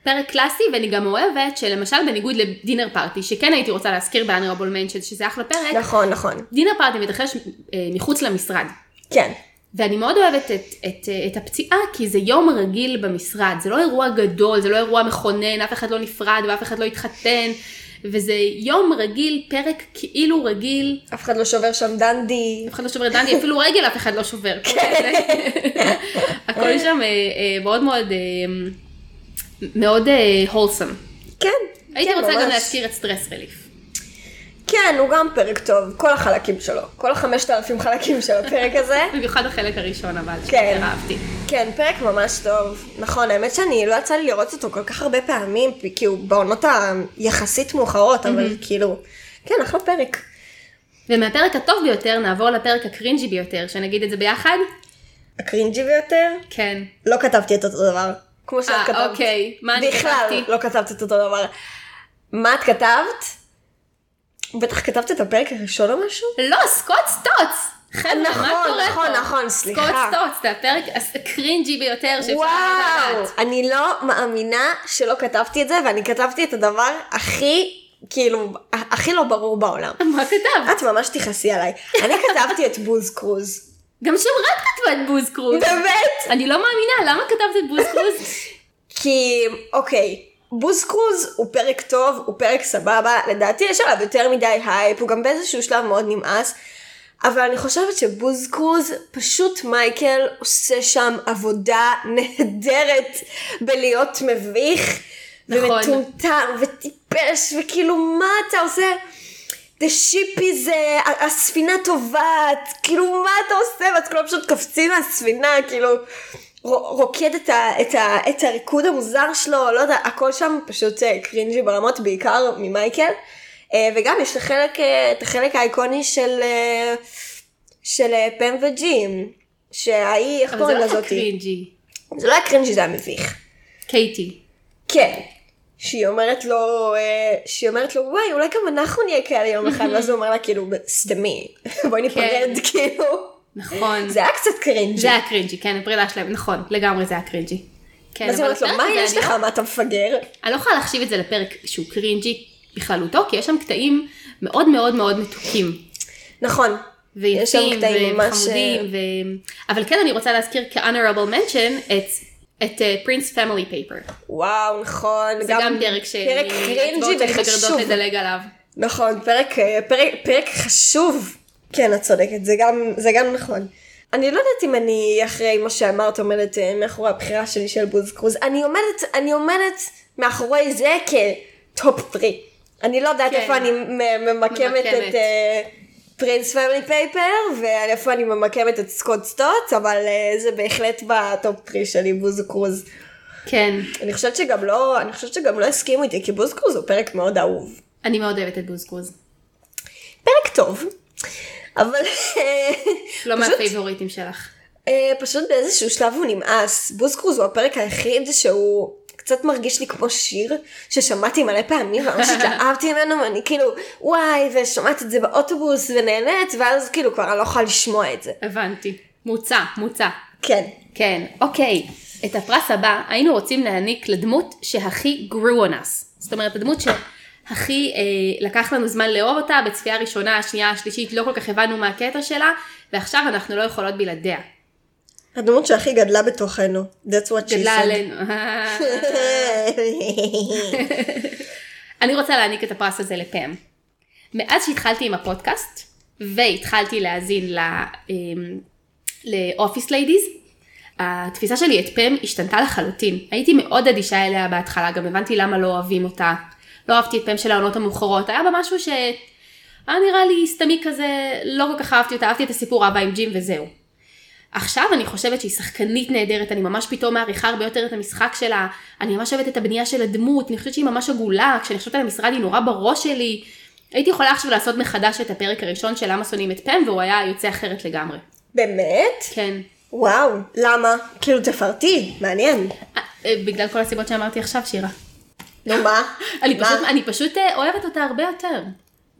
פרק קלאסי, ואני גם אוהבת שלמשל בניגוד לדינר פארטי, שכן הייתי רוצה להזכיר ב-Honorable Mention, שזה אחלה פרק,
נכון, נכון.
דינר פארטי מתרחש אה, מחוץ למשרד.
כן.
ואני מאוד אוהבת את, את, אה, את הפציעה, כי זה יום רגיל במשרד, זה לא אירוע גדול, זה לא אירוע מכונן, אף אחד לא נפרד ואף אחד לא התחתן, וזה יום רגיל, פרק כאילו רגיל,
אף אחד לא שובר שם דנדי.
אף אחד לא שובר דנדי, אפילו רגל אף אחד לא שובר. הכל שם אה, אה, מאוד מאוד, אה, מאוד הולסם.
כן.
הייתי
כן,
רוצה גם
ממש.
להזכיר את סטרס רליף.
כן, הוא גם פרק טוב, כל החלקים שלו, כל החמשת אלפים חלקים של הפרק הזה.
במיוחד החלק הראשון אבל,
כן.
שיותר אהבתי.
כן, פרק ממש טוב. נכון, האמת שאני לא יצא לי לראות אותו כל כך הרבה פעמים, כי הוא בעונות היחסית מאוחרות, אבל כאילו, כן, אחלה פרק.
ומהפרק הטוב ביותר נעבור לפרק הקרינג'י ביותר, שנגיד את זה ביחד?
הקרינג'י ביותר,
כן.
לא כתבתי את אותו דבר, כמו שאת
אה,
כתבת.
אוקיי. מה אני
בכלל
כתבתי?
לא כתבת את אותו דבר. מה את כתבת? בטח כתבת את הפרק הראשון או משהו?
לא, סקוט סטוץ! חבר'ה, מה
נכון,
קורה
נכון,
פה?
נכון, סליחה.
סקוט סטוץ, זה הפרק הקרינג'י ביותר שאפשר
וואו,
לדעת.
אני לא מאמינה שלא כתבתי את זה, ואני כתבתי את הדבר הכי, כאילו, הכי לא ברור בעולם.
מה כתבת?
את ממש תכעסי עליי. אני כתבתי את בוז קרוז.
גם שמרת כתבה את בוז קרוז.
באמת?
אני לא מאמינה, למה כתבת את בוז קרוז?
כי, אוקיי, בוז קרוז הוא פרק טוב, הוא פרק סבבה, לדעתי יש עליו יותר מדי הייפ, הוא גם באיזשהו שלב מאוד נמאס, אבל אני חושבת שבוז קרוז, פשוט מייקל עושה שם עבודה נהדרת בלהיות מביך,
נכון.
ומטומטם, וטיפש, וכאילו, מה אתה עושה? The ship is, uh, הספינה טובעת, כאילו מה אתה עושה? ואת כולם פשוט קופצים מהספינה, כאילו ר- רוקד את, ה, את, ה, את הריקוד המוזר שלו, לא יודע, הכל שם פשוט אה, קרינג'י ברמות, בעיקר ממייקל. אה, וגם יש את החלק, אה, את החלק האיקוני של, אה, של אה, פם וג'ים, שההיא, איך
אבל זה
קוראים
לא היה
לזאתי?
קרינג'י.
זה לא היה קרינג'י, זה היה מביך.
קייטי.
כן. שהיא אומרת לו, אה, שהיא אומרת לו, וואי, אולי גם אנחנו נהיה כאלה יום אחד, ואז הוא אומר לה, כאילו, סתמי, בואי ניפרד, כאילו.
נכון.
זה היה קצת קרינג'י.
כן. זה היה קרינג'י, כן, הפרידה שלהם, נכון, לגמרי זה היה קרינג'י. כן,
אז היא
אבל
אומרת לו,
הפרק
מה
הזה,
יש
אני לא-
לך, מה אתה מפגר?
אני לא יכולה להחשיב את זה לפרק שהוא קרינג'י בכללותו, כי יש שם קטעים מאוד מאוד מאוד מתוקים.
נכון. יש שם
ויפים
קטעים ממש,
וחמודים,
אה,
ו... אבל כן אני רוצה להזכיר כ-honorable mention את- את אה, פרינס פמילי פייפר.
וואו, נכון.
זה גם פרק ש...
פרק קרינג'י וחשוב.
לדלג עליו.
נכון, פרק, אה, פרק, פרק חשוב. כן, את צודקת, זה גם, זה גם נכון. אני לא יודעת אם אני, אחרי מה שאמרת, עומדת אה, מאחורי הבחירה שלי של בוז קרוז. אני עומדת, אני עומדת מאחורי זה כטופ פרי. אני לא יודעת
כן.
איפה אני מ- ממקמת
ממקמת.
את אה, פרינס פמילי פייפר, ואיפה אני ממקמת את סקוט סטוט, אבל אה, זה בהחלט בטופ פרי שלי, בוז קרוז.
כן,
אני חושבת שגם לא, אני חושבת שגם לא הסכימו איתי, כי בוז קרוז הוא פרק מאוד אהוב.
אני מאוד אוהבת את בוז קרוז.
פרק טוב, אבל אה,
לא
פשוט,
מהפייבוריטים שלך.
אה, פשוט באיזשהו שלב הוא נמאס. בוסקרוז הוא הפרק היחיד שהוא קצת מרגיש לי כמו שיר ששמעתי מלא פעמים וממש התלהבתי ממנו ואני כאילו וואי ושומעת את זה באוטובוס ונהנית ואז כאילו כבר אני לא יכולה לשמוע את זה.
הבנתי. מוצע, מוצע.
כן.
כן, אוקיי. את הפרס הבא היינו רוצים להעניק לדמות שהכי grew on us. זאת אומרת, הדמות שהכי אה, לקח לנו זמן לאהוב אותה, בצפייה הראשונה, השנייה, השלישית, לא כל כך הבנו מה הקטע שלה, ועכשיו אנחנו לא יכולות בלעדיה.
הדמות שהכי גדלה בתוכנו, that's what she
גדלה
said.
עלינו. אני רוצה להעניק את הפרס הזה לפם. מאז שהתחלתי עם הפודקאסט, והתחלתי להאזין ל- אמ, לאופיס ליידיז, התפיסה שלי את פם השתנתה לחלוטין. הייתי מאוד אדישה אליה בהתחלה, גם הבנתי למה לא אוהבים אותה. לא אהבתי את פם של העונות המאוחרות, היה בה משהו ש... היה נראה לי סתמי כזה, לא כל כך אהבתי אותה, אהבתי את הסיפור אבא עם ג'ים וזהו. עכשיו אני חושבת שהיא שחקנית נהדרת, אני ממש פתאום מעריכה הרבה יותר את המשחק שלה, אני ממש אוהבת את הבנייה של הדמות, אני חושבת שהיא ממש עגולה, כשאני חושבת על המשרד היא נורא בראש שלי. הייתי יכולה עכשיו לעשות מחדש את הפרק הראשון של למה שונאים את פם, והוא היה יוצא אחרת לגמרי.
באמת?
כן.
וואו, למה? כאילו תפרטי, מעניין.
אה, אה, בגלל כל הסיבות שאמרתי עכשיו, שירה.
נו מה?
אני
מה?
פשוט, אני פשוט אה, אוהבת אותה הרבה יותר.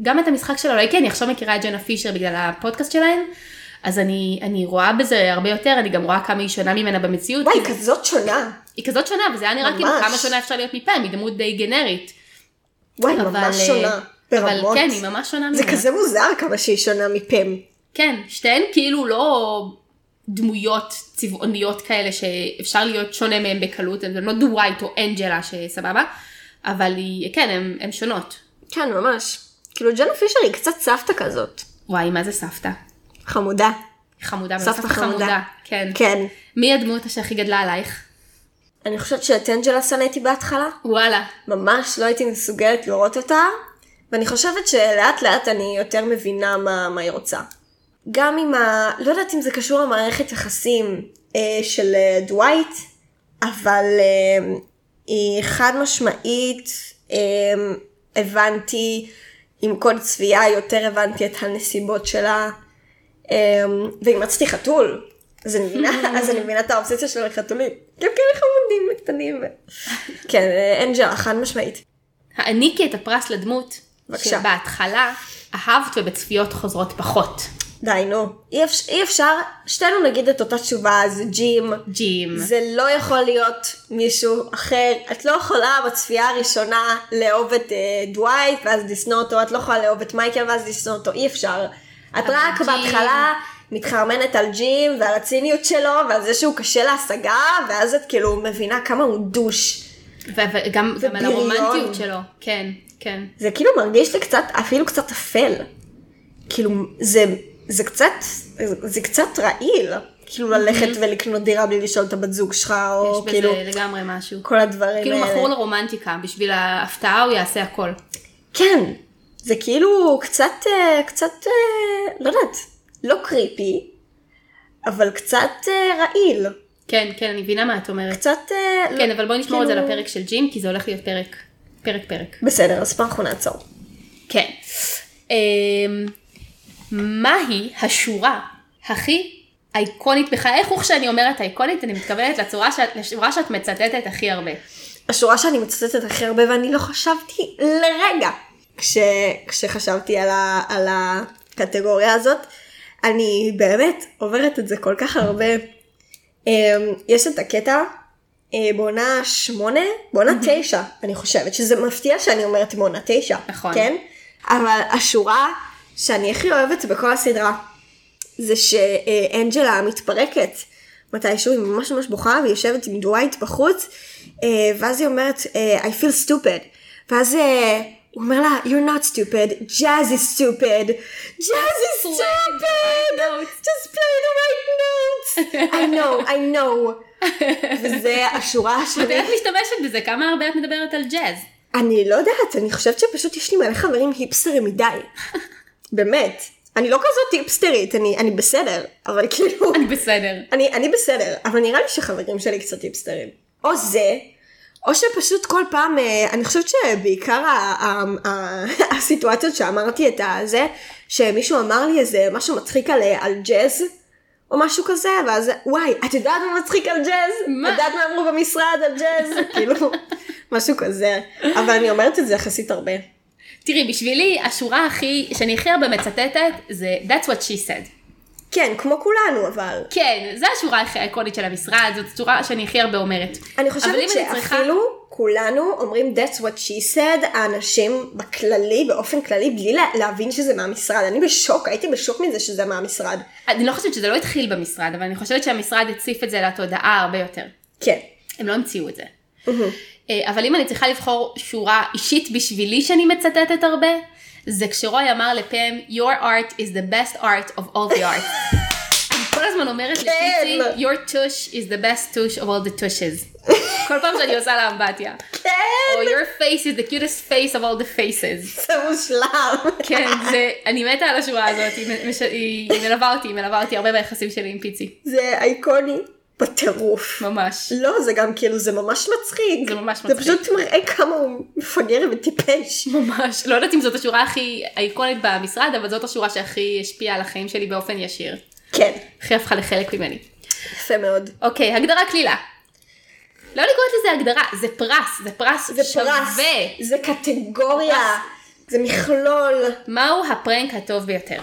גם את המשחק שלה, אולי כי אני עכשיו מכירה את ג'נה פישר בגלל הפודקאסט שלהם, אז אני, אני רואה בזה הרבה יותר, אני גם רואה כמה היא שונה ממנה במציאות.
וואי,
כי-
כזאת שונה.
היא כזאת שונה, וזה היה נראה
ממש.
כאילו כמה שונה אפשר להיות מפעם, היא דמות די גנרית.
וואי,
אבל,
ממש
אה,
שונה. ברמות.
אבל כן, היא ממש שונה ממנה.
זה כזה מוזר כמה שהיא שונה מפם.
כן, שתיהן כאילו לא דמויות צבעוניות כאלה שאפשר להיות שונה מהן בקלות, הן לא דווייט או אנג'לה שסבבה, אבל היא, כן, הן- הן שונות.
כן, ממש. כאילו ג'נה פישר היא קצת סבתא כזאת.
וואי, מה זה סבתא?
חמודה.
חמודה,
סבתא חמודה.
כן.
כן.
מי הדמות שהכי גדלה עלייך?
אני חושבת שאת אנג'לה שנאתי בהתחלה.
וואלה.
ממש לא הייתי מסוגלת לראות אותה. ואני חושבת שלאט לאט אני יותר מבינה מה, מה היא רוצה. גם עם ה... לא יודעת אם זה קשור למערכת יחסים אה, של אה, דווייט, אבל אה, היא חד משמעית, אה, הבנתי, עם כל צביעה יותר הבנתי את הנסיבות שלה, אה, ואם רציתי חתול, אז אני מבינה, אז אני מבינה את האובססיה של החתולים. גם כן כאלה חמודים קטנים. כן, אה, אנג'לה, חד משמעית.
העניקי את הפרס לדמות,
בבקשה.
שבהתחלה אהבת ובצפיות חוזרות פחות.
די, נו. אי אפשר, אי אפשר, שתינו נגיד את אותה תשובה, זה ג'ים.
ג'ים.
זה לא יכול להיות מישהו אחר. את לא יכולה בצפייה הראשונה לאהוב את אה, דווייט ואז לשנוא אותו, את לא יכולה לאהוב את מייקל ואז לשנוא אותו, אי אפשר. את
אבל
רק
ג'ים-
בהתחלה מתחרמנת על ג'ים ועל הציניות שלו ועל זה שהוא קשה להשגה, ואז את כאילו מבינה כמה הוא דוש.
וגם
זה
גם על
בריון.
הרומנטיות שלו, כן, כן.
זה כאילו מרגיש לי קצת, אפילו קצת אפל. כאילו, זה, זה קצת, זה קצת רעיל. כאילו ללכת ולקנות דירה בלי לשאול את הבת זוג שלך,
יש
או
בזה
כאילו,
לגמרי משהו.
כל הדברים
כאילו
האלה.
מכור לרומנטיקה, בשביל ההפתעה הוא יעשה הכל.
כן, זה כאילו קצת, אה, קצת, אה, לא יודעת, לא קריפי, אבל קצת אה, רעיל.
כן, כן, אני מבינה מה את אומרת.
קצת... אה, לא-
כן, אבל בואי נשמור את זה
כאילו-
לפרק של ג'ים, כי זה הולך להיות פרק, פרק פרק.
בסדר, אז פה אנחנו נעצור.
כן. אמ, מהי השורה הכי אייקונית בך. איך וכשאני אומרת אייקונית, אני מתכוונת לצורה שאת, לשורה שאת מצטטת הכי הרבה.
השורה שאני מצטטת הכי הרבה ואני לא חשבתי לרגע כש, כשחשבתי על, ה, על הקטגוריה הזאת. אני באמת עוברת את זה כל כך הרבה. אמ, יש את הקטע אה, בעונה שמונה, בעונה תשע, אני חושבת, שזה מפתיע שאני אומרת בעונה תשע,
נכון.
כן? אבל השורה שאני הכי אוהבת בכל הסדרה, זה שאנג'לה מתפרקת מתישהו, היא ממש ממש בוכה, והיא יושבת עם דווייט בחוץ, אה, ואז היא אומרת, אה, I feel stupid. ואז אה, הוא אומר לה, you're not stupid, jazz is stupid, jazz is stupid, just play the right notes, I know, I know. וזה השורה
מתי
שלי.
את משתמשת בזה? כמה הרבה את מדברת על ג'אז?
אני לא יודעת, אני חושבת שפשוט יש לי מלא חברים היפסטרים מדי. באמת. אני לא כזאת היפסטרית, אני, אני בסדר, אבל כאילו...
אני בסדר.
אני, אני בסדר, אבל נראה לי שחברים שלי קצת היפסטרים. או זה, או שפשוט כל פעם, אה, אני חושבת שבעיקר ה- ה- ה- הסיטואציות שאמרתי את הזה, שמישהו אמר לי איזה משהו מצחיק על, אה, על ג'אז, או משהו כזה, ואז וואי, את יודעת מה מצחיק על ג'אז?
מה?
את יודעת מה אמרו במשרד על ג'אז? כאילו, משהו כזה. אבל אני אומרת את זה יחסית הרבה.
תראי, בשבילי השורה הכי, שאני הכי הרבה מצטטת זה That's what she said.
כן, כמו כולנו, אבל...
כן, זו השורה הכי איקונית של המשרד, זאת השורה שאני הכי הרבה אומרת.
אני
אבל אם
חושבת
אני צריכה-
שאפילו כולנו אומרים that's what she said, האנשים בכללי, באופן כללי, בלי לה, להבין שזה מהמשרד. אני בשוק, הייתי בשוק מזה שזה מהמשרד.
אני לא חושבת שזה לא התחיל במשרד, אבל אני חושבת שהמשרד הציף את זה לתודעה הרבה יותר.
כן.
הם לא המציאו את זה. אה, אבל אם אני צריכה לבחור שורה אישית בשבילי שאני מצטטת הרבה, זה כשרוי אמר לפם, Your art is the best art of all the art. אני כל הזמן אומרת לפיצי, Your tush is the best tush of all the tushes. כל פעם שאני עושה לה אמבטיה.
כן!
או Oh, your face is the cutest face of all the faces.
זה מושלם.
כן, זה, אני מתה על השורה הזאת, היא, מש- היא, היא מלווה אותי, היא מלווה אותי הרבה ביחסים שלי עם פיצי,
זה אייקוני בטירוף.
ממש.
לא, זה גם כאילו, זה ממש מצחיק.
זה ממש
זה
מצחיק.
פשוט מראה כמה הוא מפגר וטיפש.
ממש, לא יודעת אם זאת השורה הכי אייקונית במשרד, אבל זאת השורה שהכי השפיעה על החיים שלי באופן ישיר.
כן,
הכי הפכה לחלק ממני.
יפה מאוד.
אוקיי, הגדרה קלילה. לא לקרוא לזה הגדרה, זה פרס, זה פרס
זה פרס,
שווה.
זה קטגוריה, זה מכלול.
מהו הפרנק הטוב ביותר?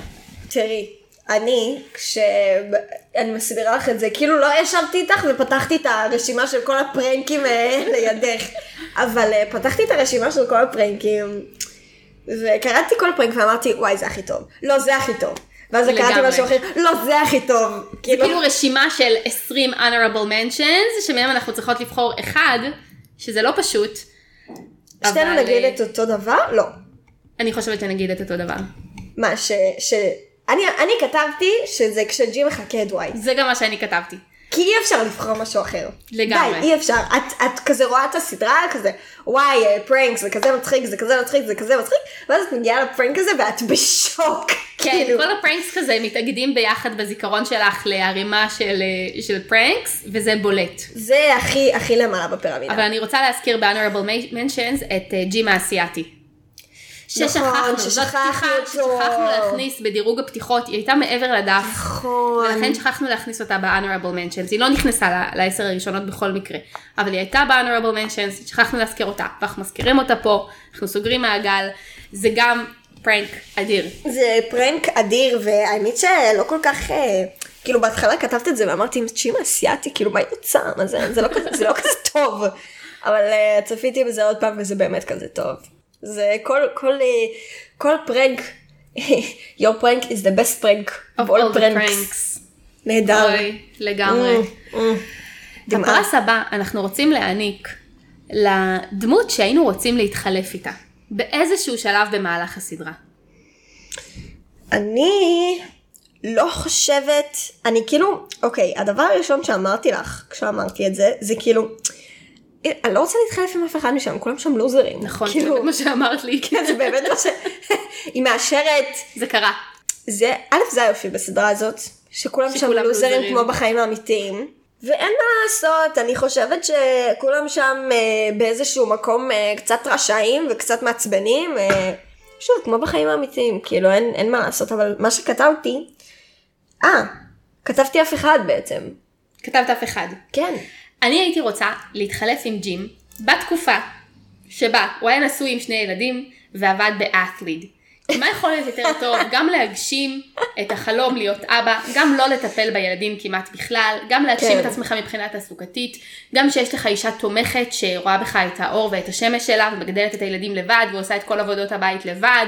תראי, אני, כשאני מסבירה לך את זה, כאילו לא ישבתי איתך ופתחתי את הרשימה של כל הפרנקים אה, לידך, אבל אה, פתחתי את הרשימה של כל הפרנקים, וקראתי כל פרנק ואמרתי, וואי, זה הכי טוב. לא, זה הכי טוב. ואז קראתי
לגמרי.
משהו אחר, לא, זה הכי טוב.
זה
כאילו,
כאילו רשימה של 20 honorable mentions, שמהם אנחנו צריכות לבחור אחד, שזה לא פשוט.
שתינו
אבל,
נגיד
אה,
את אותו דבר? לא.
אני חושבת שנגיד את אותו דבר.
מה, ש... ש... אני, אני כתבתי שזה כשג'י מחכה את וואי.
זה גם מה שאני כתבתי.
כי אי אפשר לבחור משהו אחר.
לגמרי.
די, אי אפשר. את, את כזה רואה את הסדרה, כזה, וואי, אה, פרנק, זה כזה מצחיק, זה כזה מצחיק, זה כזה מצחיק, ואז את מגיעה לפרנק הזה ואת בשוק.
כן,
כאילו,
כל הפרנקס כזה מתאגדים ביחד בזיכרון שלך לערימה של, אה, של פרנקס, וזה בולט.
זה הכי, הכי למעלה בפירמידה.
אבל אני רוצה להזכיר ב-honorable mentions את אה, ג'ים האסייתי. ששכחנו, זאת
נכון, ששכחנו
פתיחה
אותו.
ששכחנו להכניס בדירוג הפתיחות, היא הייתה מעבר לדף.
נכון.
ולכן שכחנו להכניס אותה ב-honorable mentions, היא לא נכנסה ל- לעשר הראשונות בכל מקרה, אבל היא הייתה ב-honorable mentions, שכחנו להזכיר אותה, ואנחנו מזכירים אותה פה, אנחנו סוגרים מעגל, זה גם פרנק אדיר.
זה פרנק אדיר, והאמת שלא כל כך... אה, כאילו בהתחלה כתבת את זה ואמרתי, צ'ימה אסיאתי, כאילו מה היא רוצה? מה זה, זה, לא כזה, זה לא כזה טוב. אבל אה, צפיתי בזה עוד פעם וזה באמת כזה טוב. זה כל, כל, אה, כל פרנק, your prank is the best prank of all
the
pranks.
pranks.
נהדר.
אוי, לגמרי.
Mm, mm. דמעה.
הפרס הבא, אנחנו רוצים להעניק לדמות שהיינו רוצים להתחלף איתה, באיזשהו שלב במהלך הסדרה.
אני לא חושבת, אני כאילו, אוקיי, הדבר הראשון שאמרתי לך כשאמרתי את זה, זה כאילו, אני לא רוצה להתחלף עם אף אחד משם, כולם שם לוזרים.
נכון, זה
כאילו,
באמת מה שאמרת לי,
כן, זה באמת מה ש... היא מאשרת,
זה קרה.
זה, א', זה היופי בסדרה הזאת, שכולם שם
שכולם
לוזרים
לוזרים.
כמו בחיים האמיתיים. ואין מה לעשות, אני חושבת שכולם שם אה, באיזשהו מקום אה, קצת רשעים וקצת מעצבנים. אה, שוב, כמו בחיים האמיתיים, כאילו אין, אין מה לעשות, אבל מה שכתבתי... אה, כתבתי אף אחד בעצם.
כתבת אף אחד.
כן.
אני הייתי רוצה להתחלף עם ג'ים בתקופה שבה הוא היה נשוי עם שני ילדים ועבד באתליד. מה יכול להיות יותר טוב? גם להגשים את החלום להיות אבא, גם לא לטפל בילדים כמעט בכלל, גם להגשים
כן.
את עצמך מבחינה תעסוקתית, גם שיש לך אישה תומכת שרואה בך את האור ואת השמש שלה, ומגדלת את הילדים לבד, ועושה את כל עבודות הבית לבד.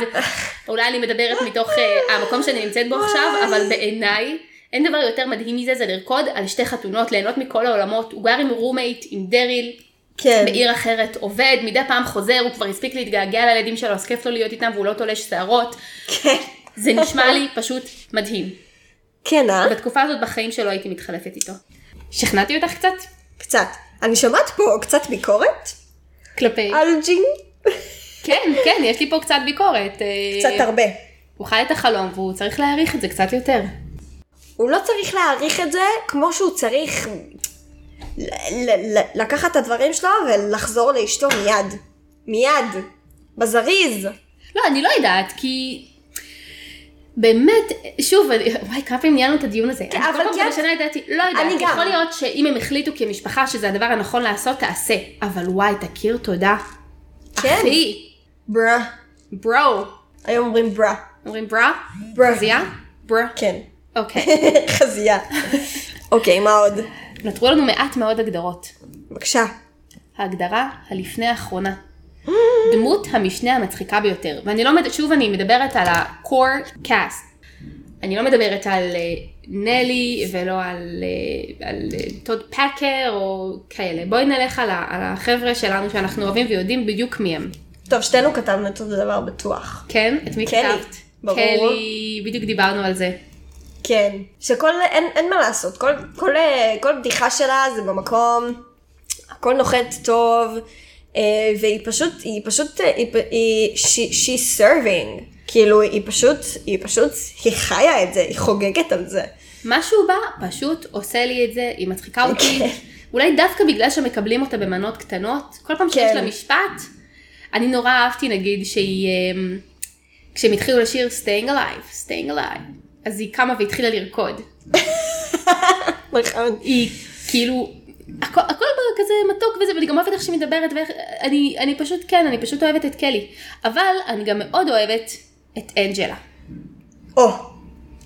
אולי אני מדברת מתוך אה, המקום שאני נמצאת בו עכשיו, אבל בעיניי... אין דבר יותר מדהים מזה, זה לרקוד על שתי חתונות, ליהנות מכל העולמות. הוא גר עם רומייט, עם דריל,
כן.
בעיר אחרת עובד, מדי פעם חוזר, הוא כבר הספיק להתגעגע לילדים שלו, אז כיף לו להיות איתם והוא לא תולש שערות.
כן.
זה נשמע לי פשוט מדהים.
כן, אה?
בתקופה הזאת בחיים שלו הייתי מתחלפת איתו. שכנעתי אותך קצת?
קצת. אני שומעת פה קצת ביקורת
כלפי...
על ג'ין.
כן, כן, יש לי פה קצת ביקורת. אה,
קצת הרבה.
הוא חי את החלום והוא צריך להעריך את זה קצת יותר.
הוא לא צריך להעריך את זה כמו שהוא צריך ל- ל- ל- לקחת את הדברים שלו ולחזור לאשתו מיד. מיד. בזריז.
לא, אני לא יודעת, כי... באמת, שוב, אני- וואי, כמה פעמים ניהלנו את הדיון הזה. אני
אבל
כל פעם
כן.
משנה את דעתי, לא יודעת,
אני גם.
יכול להיות שאם הם החליטו כמשפחה שזה הדבר הנכון לעשות, תעשה. אבל וואי, תכיר תודה.
כן.
אחי,
ברה.
ברו.
היום אומרים ברה.
אומרים ברה?
ברה.
חזייה? ברה.
כן.
אוקיי.
חזייה. אוקיי, מה עוד?
נותרו לנו מעט מאוד הגדרות.
בבקשה.
ההגדרה הלפני האחרונה. דמות המשנה המצחיקה ביותר. ואני לא מדברת, שוב אני מדברת על ה-core cast. אני לא מדברת על אה, נלי ולא על, אה, על אה, טוד פאקר או כאלה. בואי נלך על, ה- על החבר'ה שלנו שאנחנו אוהבים ויודעים בדיוק מי הם.
טוב, שתינו כתבנו את אותו דבר בטוח.
כן? את מי
קלי,
כתבת?
ברור.
קלי, בדיוק דיברנו על זה.
כן. שכל, אין, אין מה לעשות, כל, כל, אה, כל בדיחה שלה זה במקום, הכל נוחת טוב, אה, והיא פשוט, היא פשוט, אה, היא, פ- היא she, she's serving. כאילו, היא פשוט, היא פשוט, היא חיה את זה, היא חוגגת על זה.
משהו בה פשוט עושה לי את זה, היא מצחיקה אותי. אולי דווקא בגלל שמקבלים אותה במנות קטנות, כל פעם שיש
כן.
לה משפט, אני נורא אהבתי נגיד שהיא, אמ, כשהם התחילו לשיר staying alive, staying alive, אז היא קמה והתחילה לרקוד.
נכון.
היא כאילו, הכל, הכל בה כזה מתוק וזה, ואני גם אוהבת איך שהיא מדברת, ואיך, אני, אני פשוט, כן, אני פשוט אוהבת את קלי. אבל אני גם מאוד אוהבת את אנג'לה.
או,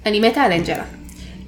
אני מתה על אנג'לה.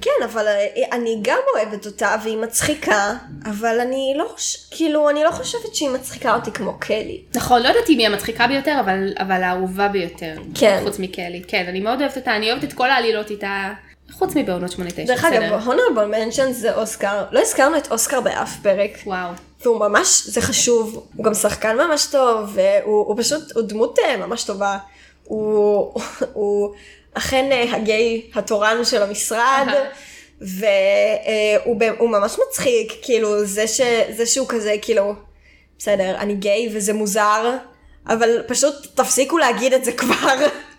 כן, אבל אה, אני גם אוהבת אותה, והיא מצחיקה, אבל אני לא חוש... כאילו, אני לא חושבת שהיא מצחיקה אותי כמו קלי.
נכון, לא יודעת אם היא המצחיקה ביותר, אבל, אבל האהובה ביותר.
כן.
חוץ מקלי. כן, אני מאוד אוהבת אותה, אני אוהבת את כל העלילות איתה, חוץ מבעונות 8-9,
דרך
בסדר.
אגב, הונרבול מנשן זה אוסקר, לא הזכרנו את אוסקר באף פרק,
וואו.
והוא ממש, זה חשוב, הוא גם שחקן ממש טוב, והוא הוא פשוט, הוא דמות אה, ממש טובה. הוא, הוא אכן אה, הגיי התורן של המשרד,
אהה.
והוא הוא ממש מצחיק, כאילו, זה, ש, זה שהוא כזה, כאילו, בסדר, אני גיי וזה מוזר, אבל פשוט תפסיקו להגיד את זה כבר.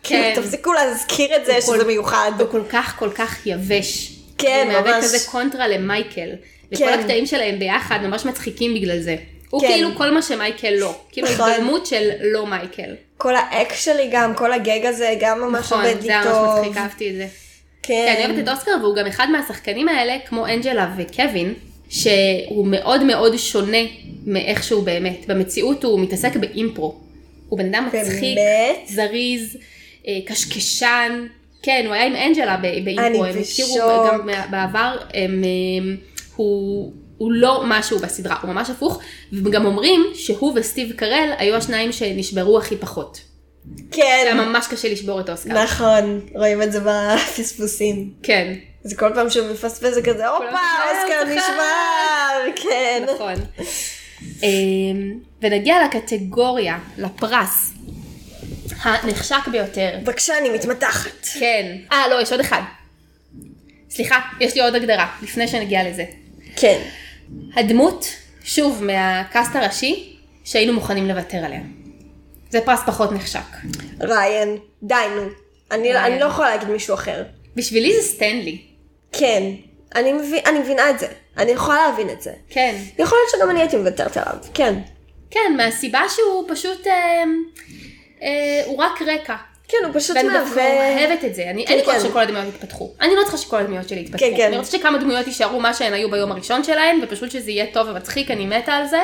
כן.
כאילו, תפסיקו להזכיר את זה,
כל-
שזה מיוחד.
הוא כל כך כל כך יבש.
כן,
הוא מהווה
ממש.
כזה קונטרה למייקל. וכל
כן.
הקטעים שלהם ביחד ממש מצחיקים בגלל זה. הוא
כן.
כאילו כל מה שמייקל לא. כאילו
נכון.
התגלמות של לא מייקל.
כל האק שלי גם, כל הגג הזה, גם ממש
נכון,
עובד לי טוב.
זה היה ממש מצחיק, אהבתי את זה. כן, אני אוהבת את אוסקר, והוא גם אחד מהשחקנים האלה, כמו אנג'לה וקווין, שהוא מאוד מאוד שונה מאיך שהוא באמת. במציאות הוא מתעסק באימפרו. הוא בן אדם מצחיק,
באמת?
זריז, אה, קשקשן. כן, הוא היה עם אנג'לה ב- באימפרו,
אני
הם הכירו
בשוק.
גם מה- בעבר, הם, אה, הוא... הוא לא משהו בסדרה, הוא ממש הפוך, וגם אומרים שהוא וסטיב קרל היו השניים שנשברו הכי פחות. היה
כן,
ממש קשה לשבור את אוסקר.
נכון, רואים את זה בפספוסים.
כן,
זה כל פעם שהוא מפספס זה כזה, הופה,
כולם,
אוסקר
זכר."
נשמר, כן.
"אה, נכון. אמ, ונגיע לקטגוריה, לפרס הנחשק ביותר.
בבקשה, אני מתמתחת.
כן. אה, לא, יש עוד אחד. סליחה, יש לי עוד הגדרה, לפני שנגיע לזה.
כן.
הדמות, שוב, מהקאסט הראשי, שהיינו מוכנים לוותר עליה. זה פרס פחות נחשק.
ריין, די נו. אני
ריין.
אני לא יכולה להגיד מישהו אחר.
בשבילי זה סטנלי.
כן, אני מבין- אני מבינה את זה. אני יכולה להבין את זה.
כן.
יכול להיות שגם אני הייתי מוותרת עליו, כן.
כן, מהסיבה שהוא פשוט, אמ, אה, אה, הוא רק רקע.
כן, הוא פשוט
ואני דווקא
מהווה...
אוהבת את זה, אני
כן,
אין לי כוח
כן.
שכל הדמויות יתפתחו. אני לא צריכה שכל הדמויות שלי יתפתחו.
כן, כן.
אני רוצה שכמה דמויות יישארו מה שהן היו ביום הראשון שלהן, ופשוט שזה יהיה טוב ומצחיק, אני מתה על זה.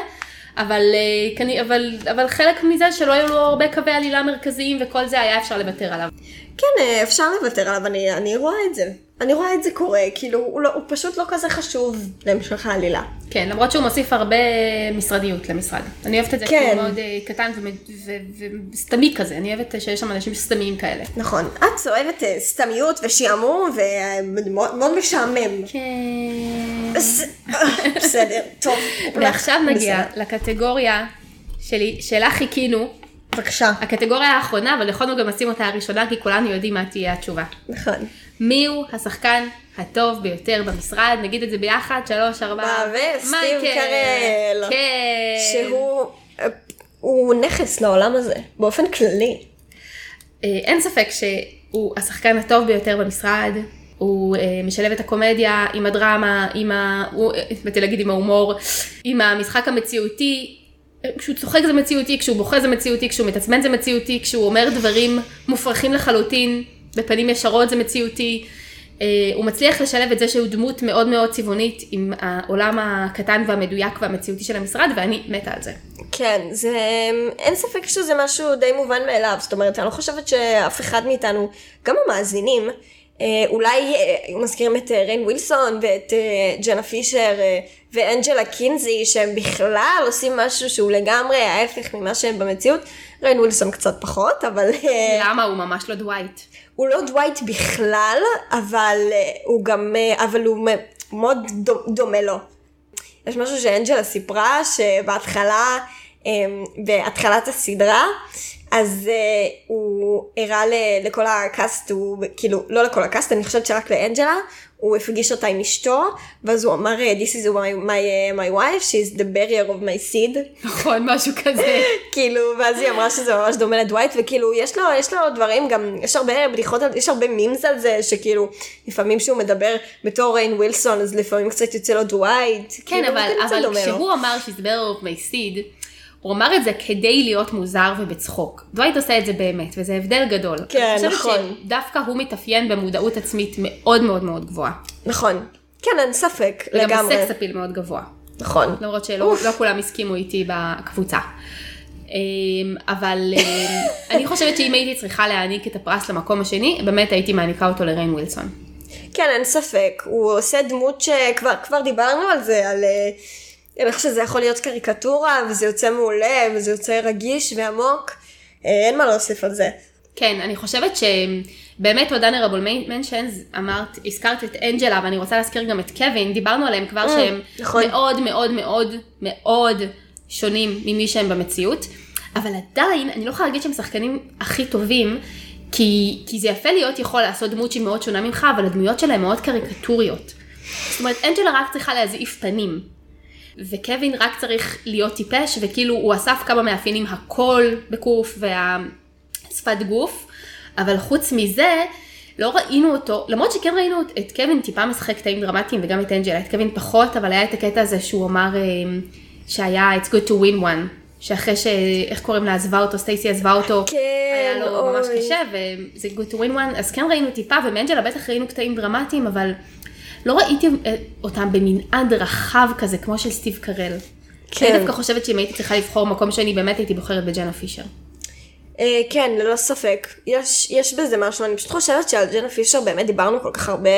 אבל, אה, כני- אבל, אבל חלק מזה שלא היו לו הרבה קווי עלילה מרכזיים וכל זה היה אפשר לוותר עליו.
כן, אה, אפשר לוותר עליו, אני, אני רואה את זה. אני רואה את זה קורה, כאילו, הוא, לא, הוא פשוט לא כזה חשוב להמשך העלילה.
כן, למרות שהוא מוסיף הרבה משרדיות למשרד. אני אוהבת את זה,
כן.
כן. מאוד אה, קטן וסתמי כזה, אני אוהבת אה, שיש שם אנשים סתמיים כאלה.
נכון. את אוהבת אה, סתמיות ושעמום ומאוד מאוד משעמם.
כן.
אז- אה, בסדר, טוב.
ועכשיו נגיע
בסדר.
לקטגוריה שלי, שלה חיכינו,
בבקשה.
אה, הקטגוריה האחרונה, אבל יכולנו גם לשים אותה הראשונה, כי כולנו יודעים מה תהיה התשובה.
נכון.
מיהו השחקן הטוב ביותר במשרד? נגיד את זה ביחד, שלוש, ארבע.
מהווה סטיב
מייקל.
קרל.
כן.
שהוא אה, הוא נכס לעולם הזה, באופן כללי.
אה, אין ספק שהוא השחקן הטוב ביותר במשרד. הוא אה, משלב את הקומדיה עם הדרמה, עם ה... הוא, אה, באתי להגיד עם ההומור, עם המשחק המציאותי. אה, כשהוא צוחק זה מציאותי, כשהוא בוכה זה מציאותי, כשהוא מתעצבן זה מציאותי, כשהוא אומר דברים מופרכים לחלוטין, בפנים ישרות זה מציאותי. אה, הוא מצליח לשלב את זה שהוא דמות מאוד מאוד צבעונית עם העולם הקטן והמדויק והמציאותי של המשרד, ואני מתה על זה.
כן, זה... אין ספק שזה משהו די מובן מאליו. זאת אומרת, אני לא חושבת שאף אחד מאיתנו, גם המאזינים, אה, אולי אה, מזכירים את אה, ריין ווילסון ואת אה, ג'נה פישר אה, ואנג'לה קינזי, שהם בכלל עושים משהו שהוא לגמרי ההפך ממה שהם במציאות. ריין ווילסון קצת פחות, אבל... אה,
למה הוא ממש לא דווייט?
הוא לא דווייט בכלל, אבל אה, הוא גם, אה, אבל הוא מ- מאוד דו- דומה לו. יש משהו שאנג'לה סיפרה, שבהתחלה, אה, בהתחלת הסדרה, אז אה, הוא הראה ל- לכל הקאסט, הוא כאילו, לא לכל הקאסט, אני חושבת שרק לאנג'לה, הוא הפגיש אותה עם אשתו, ואז הוא אמר, אה, This is my, my, my wife, she's the barrier of my seed.
נכון, משהו כזה.
כאילו, ואז היא אמרה שזה ממש דומה לדווייט, וכאילו, יש לו, יש לו דברים, גם, יש הרבה בדיחות, על- יש הרבה מימס על זה, שכאילו, לפעמים שהוא מדבר בתור ריין ווילסון, אז לפעמים קצת יוצא לו דווייט.
כן,
כאילו,
אבל,
הוא קצת
אבל
דומה לו.
כשהוא אמר She's better of my seed, הוא אמר את זה כדי להיות מוזר ובצחוק. דווייט עושה את זה באמת, וזה הבדל גדול.
כן,
אני
נכון.
חושבת שדווקא הוא מתאפיין במודעות עצמית מאוד מאוד מאוד גבוהה.
נכון. כן, אין ספק,
וגם
לגמרי.
בסקס אפיל מאוד גבוה.
נכון.
למרות שלא
אוף.
לא כולם הסכימו איתי בקבוצה. אמ, אבל אמ, אני חושבת שאם הייתי צריכה להעניק את הפרס למקום השני, באמת הייתי מעניקה אותו לריין ווילסון.
כן, אין ספק. הוא עושה דמות שכבר כבר דיברנו על זה, על אה, על איך שזה יכול להיות קריקטורה, וזה יוצא מעולה, וזה יוצא רגיש ועמוק. אה, אין מה להוסיף על זה.
כן, אני חושבת שבאמת עוד honorable mentions, אמרת, הזכרת את אנג'לה, ואני רוצה להזכיר גם את קווין, דיברנו עליהם כבר
Mm,
שהם
נכון.
מאוד מאוד מאוד מאוד שונים ממי שהם במציאות, אבל עדיין, אני לא יכולה להגיד שהם שחקנים הכי טובים, כי, כי זה יפה להיות יכול לעשות דמות שהיא מאוד שונה ממך, אבל הדמויות שלהם מאוד קריקטוריות. זאת אומרת, אנג'לה רק צריכה להזעיף פנים. וקווין רק צריך להיות טיפש, וכאילו הוא אסף כמה מאפיינים הכל בקוף והשפת גוף, אבל חוץ מזה, לא ראינו אותו, למרות שכן ראינו את- את קווין טיפה משחק קטעים דרמטיים וגם את אנג'לה, את קווין פחות, אבל היה את הקטע הזה שהוא אמר אמ, שהיה It's good to win one, שאחרי ש... איך קוראים לה? עזבה אותו, סטייסי עזבה אותו.
כן,
היה לו ממש
אוי.
קשה, וזה good to win one, אז כן ראינו טיפה, ומאנג'לה בטח ראינו קטעים דרמטיים, אבל לא ראיתי אה, אותם במנעד רחב כזה, כמו של סטיב קרל.
כן.
כן. אני דווקא חושבת שאם הייתי צריכה לבחור מקום שני, באמת הייתי בוחרת בג'נה פישר.
אה, כן, ללא ספק. יש, יש בזה משהו, אני פשוט חושבת שעל ג'נה פישר באמת דיברנו כל כך הרבה,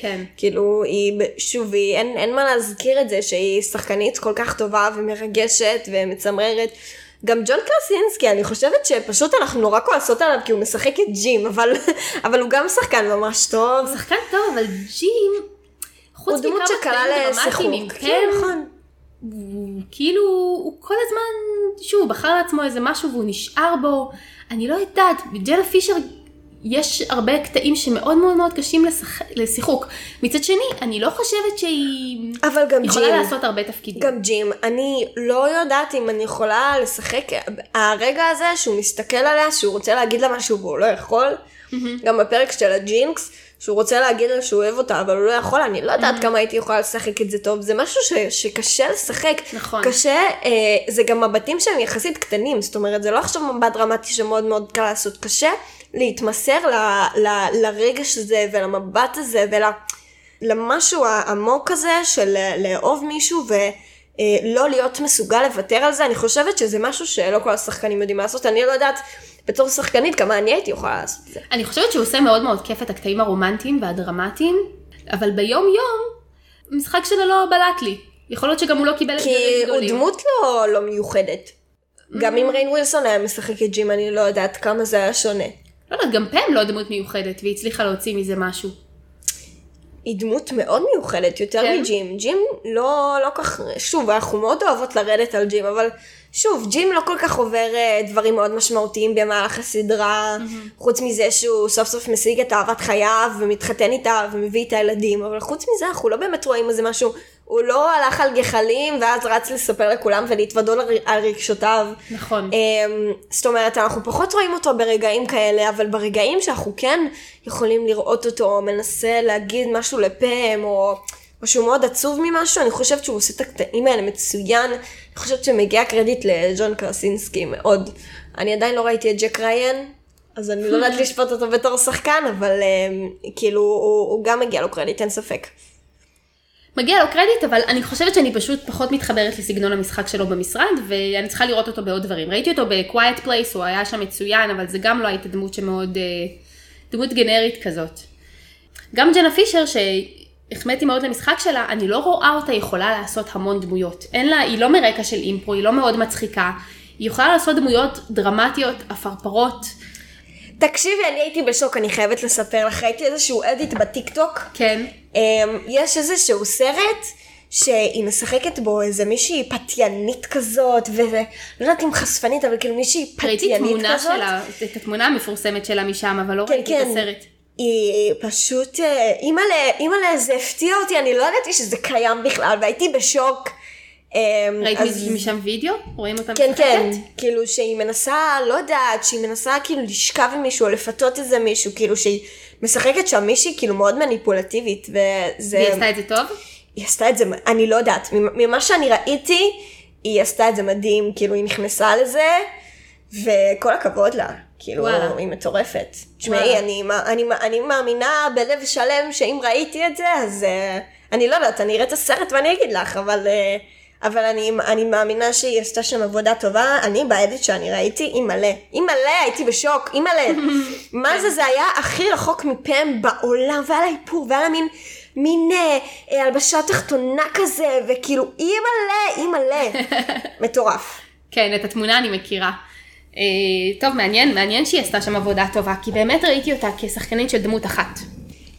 כן.
וכאילו היא, ב- שוב, היא, אין, אין מה להזכיר את זה שהיא שחקנית כל כך טובה ומרגשת ומצמררת. גם ג'ון קרסינסקי, אני חושבת שפשוט אנחנו נורא כועסות עליו כי הוא משחק את ג'ים, אבל, אבל הוא גם שחקן ממש טוב.
שחקן טוב, אבל ג'ים,
הוא
חוץ
דמות
מכמה
שקלה
קטעים
לשיחוק.
דרמטיים עם
כן,
קם,
נכון.
הוא כאילו, הוא כל הזמן, שוב, הוא בחר לעצמו איזה משהו והוא נשאר בו. אני לא יודעת, בג'נה פישר יש הרבה קטעים שמאוד מאוד מאוד קשים לשח... לשיחוק. מצד שני, אני לא חושבת שהיא
אבל גם ג'ים.
יכולה לעשות הרבה תפקידים.
גם ג'ים, אני לא יודעת אם אני יכולה לשחק, הרגע הזה שהוא מסתכל עליה, שהוא רוצה להגיד לה משהו והוא לא יכול, גם בפרק של הג'ינקס, שהוא רוצה להגיד לה שהוא אוהב אותה, אבל הוא לא יכול, אני לא יודעת כמה הייתי יכולה לשחק את זה טוב, זה משהו ש- שקשה לשחק.
נכון.
קשה, אה, זה גם מבטים שהם יחסית קטנים, זאת אומרת, זה לא עכשיו מבט דרמטי שמאוד מאוד קל לעשות, קשה להתמסר ל, ל, לרגש הזה ולמבט הזה ולמשהו העמוק הזה של לאהוב מישהו ולא להיות מסוגל לוותר על זה. אני חושבת שזה משהו שלא כל השחקנים יודעים לעשות. אני לא יודעת בתור שחקנית כמה אני הייתי יכולה לעשות את זה.
אני חושבת שהוא עושה מאוד מאוד כיף את הקטעים הרומנטיים והדרמטיים, אבל ביום יום, המשחק שלו לא בלט לי. יכול להיות שגם הוא לא קיבל
כי
אתגרים
הוא
גדולים. Mm.
דמות לא, לא מיוחדת. גם אם ריין ווילסון היה משחק את ג'ים, אני לא יודעת כמה זה היה שונה.
לא יודעת, גם פם לא דמות מיוחדת, והיא הצליחה להוציא מזה משהו.
היא דמות מאוד מיוחדת, יותר
כן.
מג'ים. ג'ים לא, לא כך, שוב, אנחנו מאוד אוהבות לרדת על ג'ים, אבל שוב, ג'ים לא כל כך עובר אה, דברים מאוד משמעותיים במהלך הסדרה, חוץ מזה שהוא סוף סוף משיג את אהבת חייו, ומתחתן איתה, ומביא את הילדים, אבל חוץ מזה אנחנו לא באמת רואים איזה משהו, הוא לא הלך על גחלים, ואז רץ לספר לכולם ולהתוודות על- על רגשותיו.
נכון.
אמ, זאת אומרת, אנחנו פחות רואים אותו ברגעים כאלה, אבל ברגעים שאנחנו כן יכולים לראות אותו מנסה להגיד משהו לפם, או, או שהוא מאוד עצוב ממשהו, אני חושבת שהוא עושה את הקטעים האלה מצוין. אני חושבת שמגיע קרדיט לג'ון קרסינסקי מאוד. אני עדיין לא ראיתי את ג'ק ריין, אז אני לא יודעת לשפוט אותו בתור שחקן, אבל אמ, כאילו, הוא, הוא גם מגיע לו קרדיט, אין ספק.
מגיע לו קרדיט, אבל אני חושבת שאני פשוט פחות מתחברת לסגנון המשחק שלו במשרד, ואני צריכה לראות אותו בעוד דברים. ראיתי אותו ב-Quiet Place, הוא היה שם מצוין, אבל זה גם לא הייתה דמות שמאוד... אה, דמות גנרית כזאת. גם ג'נה פישר, שהחמאתי מאוד למשחק שלה, אני לא רואה אותה יכולה לעשות המון דמויות. אין לה, היא לא מרקע של אימפרו, היא לא מאוד מצחיקה. היא יכולה לעשות דמויות דרמטיות, עפרפרות.
תקשיבי, אני הייתי בשוק, אני חייבת לספר לך, ראיתי איזשהו אדיט בטיקטוק.
כן.
אמ, יש איזשהו סרט שהיא משחקת בו איזה מישהי פתיינית כזאת, ולא יודעת אם חשפנית, אבל כאילו מישהי פתיינית כזאת.
ראיתי תמונה שלה, את התמונה המפורסמת שלה משם, אבל לא
כן,
ראיתי את
כן.
הסרט.
היא פשוט, אה, אימא'לה, אימא'לה, זה הפתיע אותי, אני לא ידעתי שזה קיים בכלל, והייתי בשוק. אמ,
ראית
אז-
מזה- משם וידאו? רואים אותה
כן,
משחקת?
כן, כאילו שהיא מנסה, לא יודעת, שהיא מנסה כאילו לשכב עם מישהו, או לפתות איזה מישהו, כאילו שהיא משחקת שם מישהי כאילו מאוד מניפולטיבית, וזה...
והיא עשתה את זה טוב?
היא עשתה את זה, אני לא יודעת, ממה שאני ראיתי, היא עשתה את זה מדהים, כאילו היא נכנסה לזה, וכל הכבוד לה, כאילו
וואלה.
היא מטורפת.
וואלה.
תשמעי, אני, מא- אני, מא- אני מאמינה בלב שלם שאם ראיתי את זה, אז אה, אני לא יודעת, אני אראה את הסרט ואני אגיד לך, אבל, אה, אבל אני, אני מאמינה שהיא עשתה שם עבודה טובה, אני באדיט שאני ראיתי, היא מלא. היא מלא, הייתי בשוק, היא מלא. מה זה, זה היה הכי רחוק מפם בעולם, והיה לה איפור, והיה לה מין... מין אה, אה, הלבשה תחתונה כזה, וכאילו, אי מלא, אי מלא. מטורף.
כן, את התמונה אני מכירה. אה, טוב, מעניין, מעניין שהיא עשתה שם עבודה טובה, כי באמת ראיתי אותה כשחקנית של דמות אחת.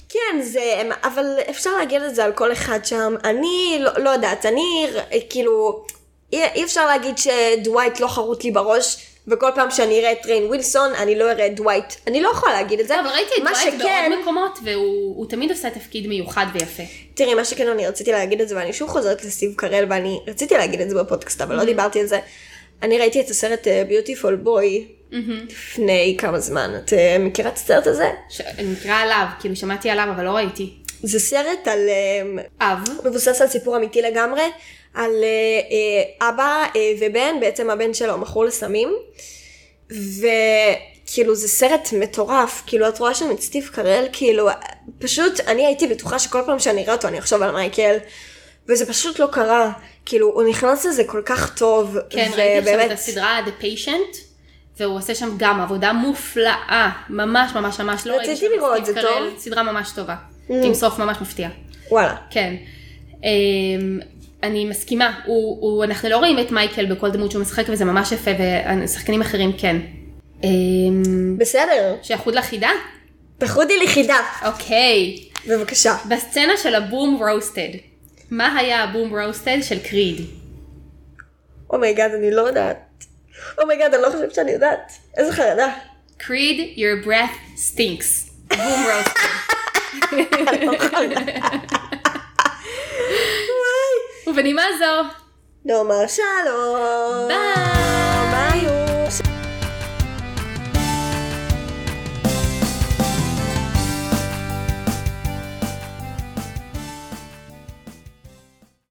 כן, זה, אבל אפשר להגיד את זה על כל אחד שם. אני לא, לא יודעת, אני ר- כאילו, אי, אי אפשר להגיד שדווייט לא חרוט לי בראש, וכל פעם שאני אראה את ריין ווילסון, אני לא אראה את דווייט. אני לא יכולה להגיד את זה.
אבל ראיתי את
מה
דווייט
שכן-
בעוד מקומות, והוא הוא תמיד עושה תפקיד מיוחד ויפה.
תראי, מה שכן אני רציתי להגיד את זה, ואני שוב חוזרת לסטיב קרל, ואני רציתי להגיד את זה בפודקאסט,
Mm-hmm.
אבל לא דיברתי על זה. אני ראיתי את הסרט ביוטיפול בוי
Mm-hmm.
לפני כמה זמן. את אה, מכירה את הסרט הזה?
ש- אני מכירה עליו, כאילו שמעתי עליו, אבל לא ראיתי.
זה סרט על... אה,
אב,
מבוסס על סיפור אמיתי לגמרי, על אה, אה, אבא אה, ובן, בעצם הבן שלו מכור לסמים, וכאילו זה סרט מטורף, כאילו את רואה שם את סטיב קרל, כאילו פשוט אני הייתי בטוחה שכל פעם שאני אראה אותו אני אחשוב על מייקל, וזה פשוט לא קרה, כאילו הוא נכנס לזה כל כך טוב,
כן, ראיתי עכשיו את הסדרה The Patient, והוא עושה שם גם עבודה מופלאה, ממש ממש ממש לא ראיתי
רציתי
שם את
לראות,
סטיב
זה
קרל,
טוב?
סדרה ממש טובה. עם סוף ממש מפתיע.
וואלה.
כן. אמ, אני מסכימה, הוא, הוא, אנחנו לא רואים את מייקל בכל דמות שהוא משחק וזה ממש יפה ושחקנים אחרים כן. אמ,
בסדר,
שיחוד לך חידה?
פחודי ליחידה,
אוקיי.
בבקשה.
בסצנה של הבום רוסטד, מה היה הבום רוסטד של קריד?
אומייגאד, אני לא יודעת. אומייגאד, אני לא חושבת שאני יודעת. איזה חרדה.
קריד, your breath stinks. בום רוסטד. ובנימה זו,
נאמר שלום.
ביי!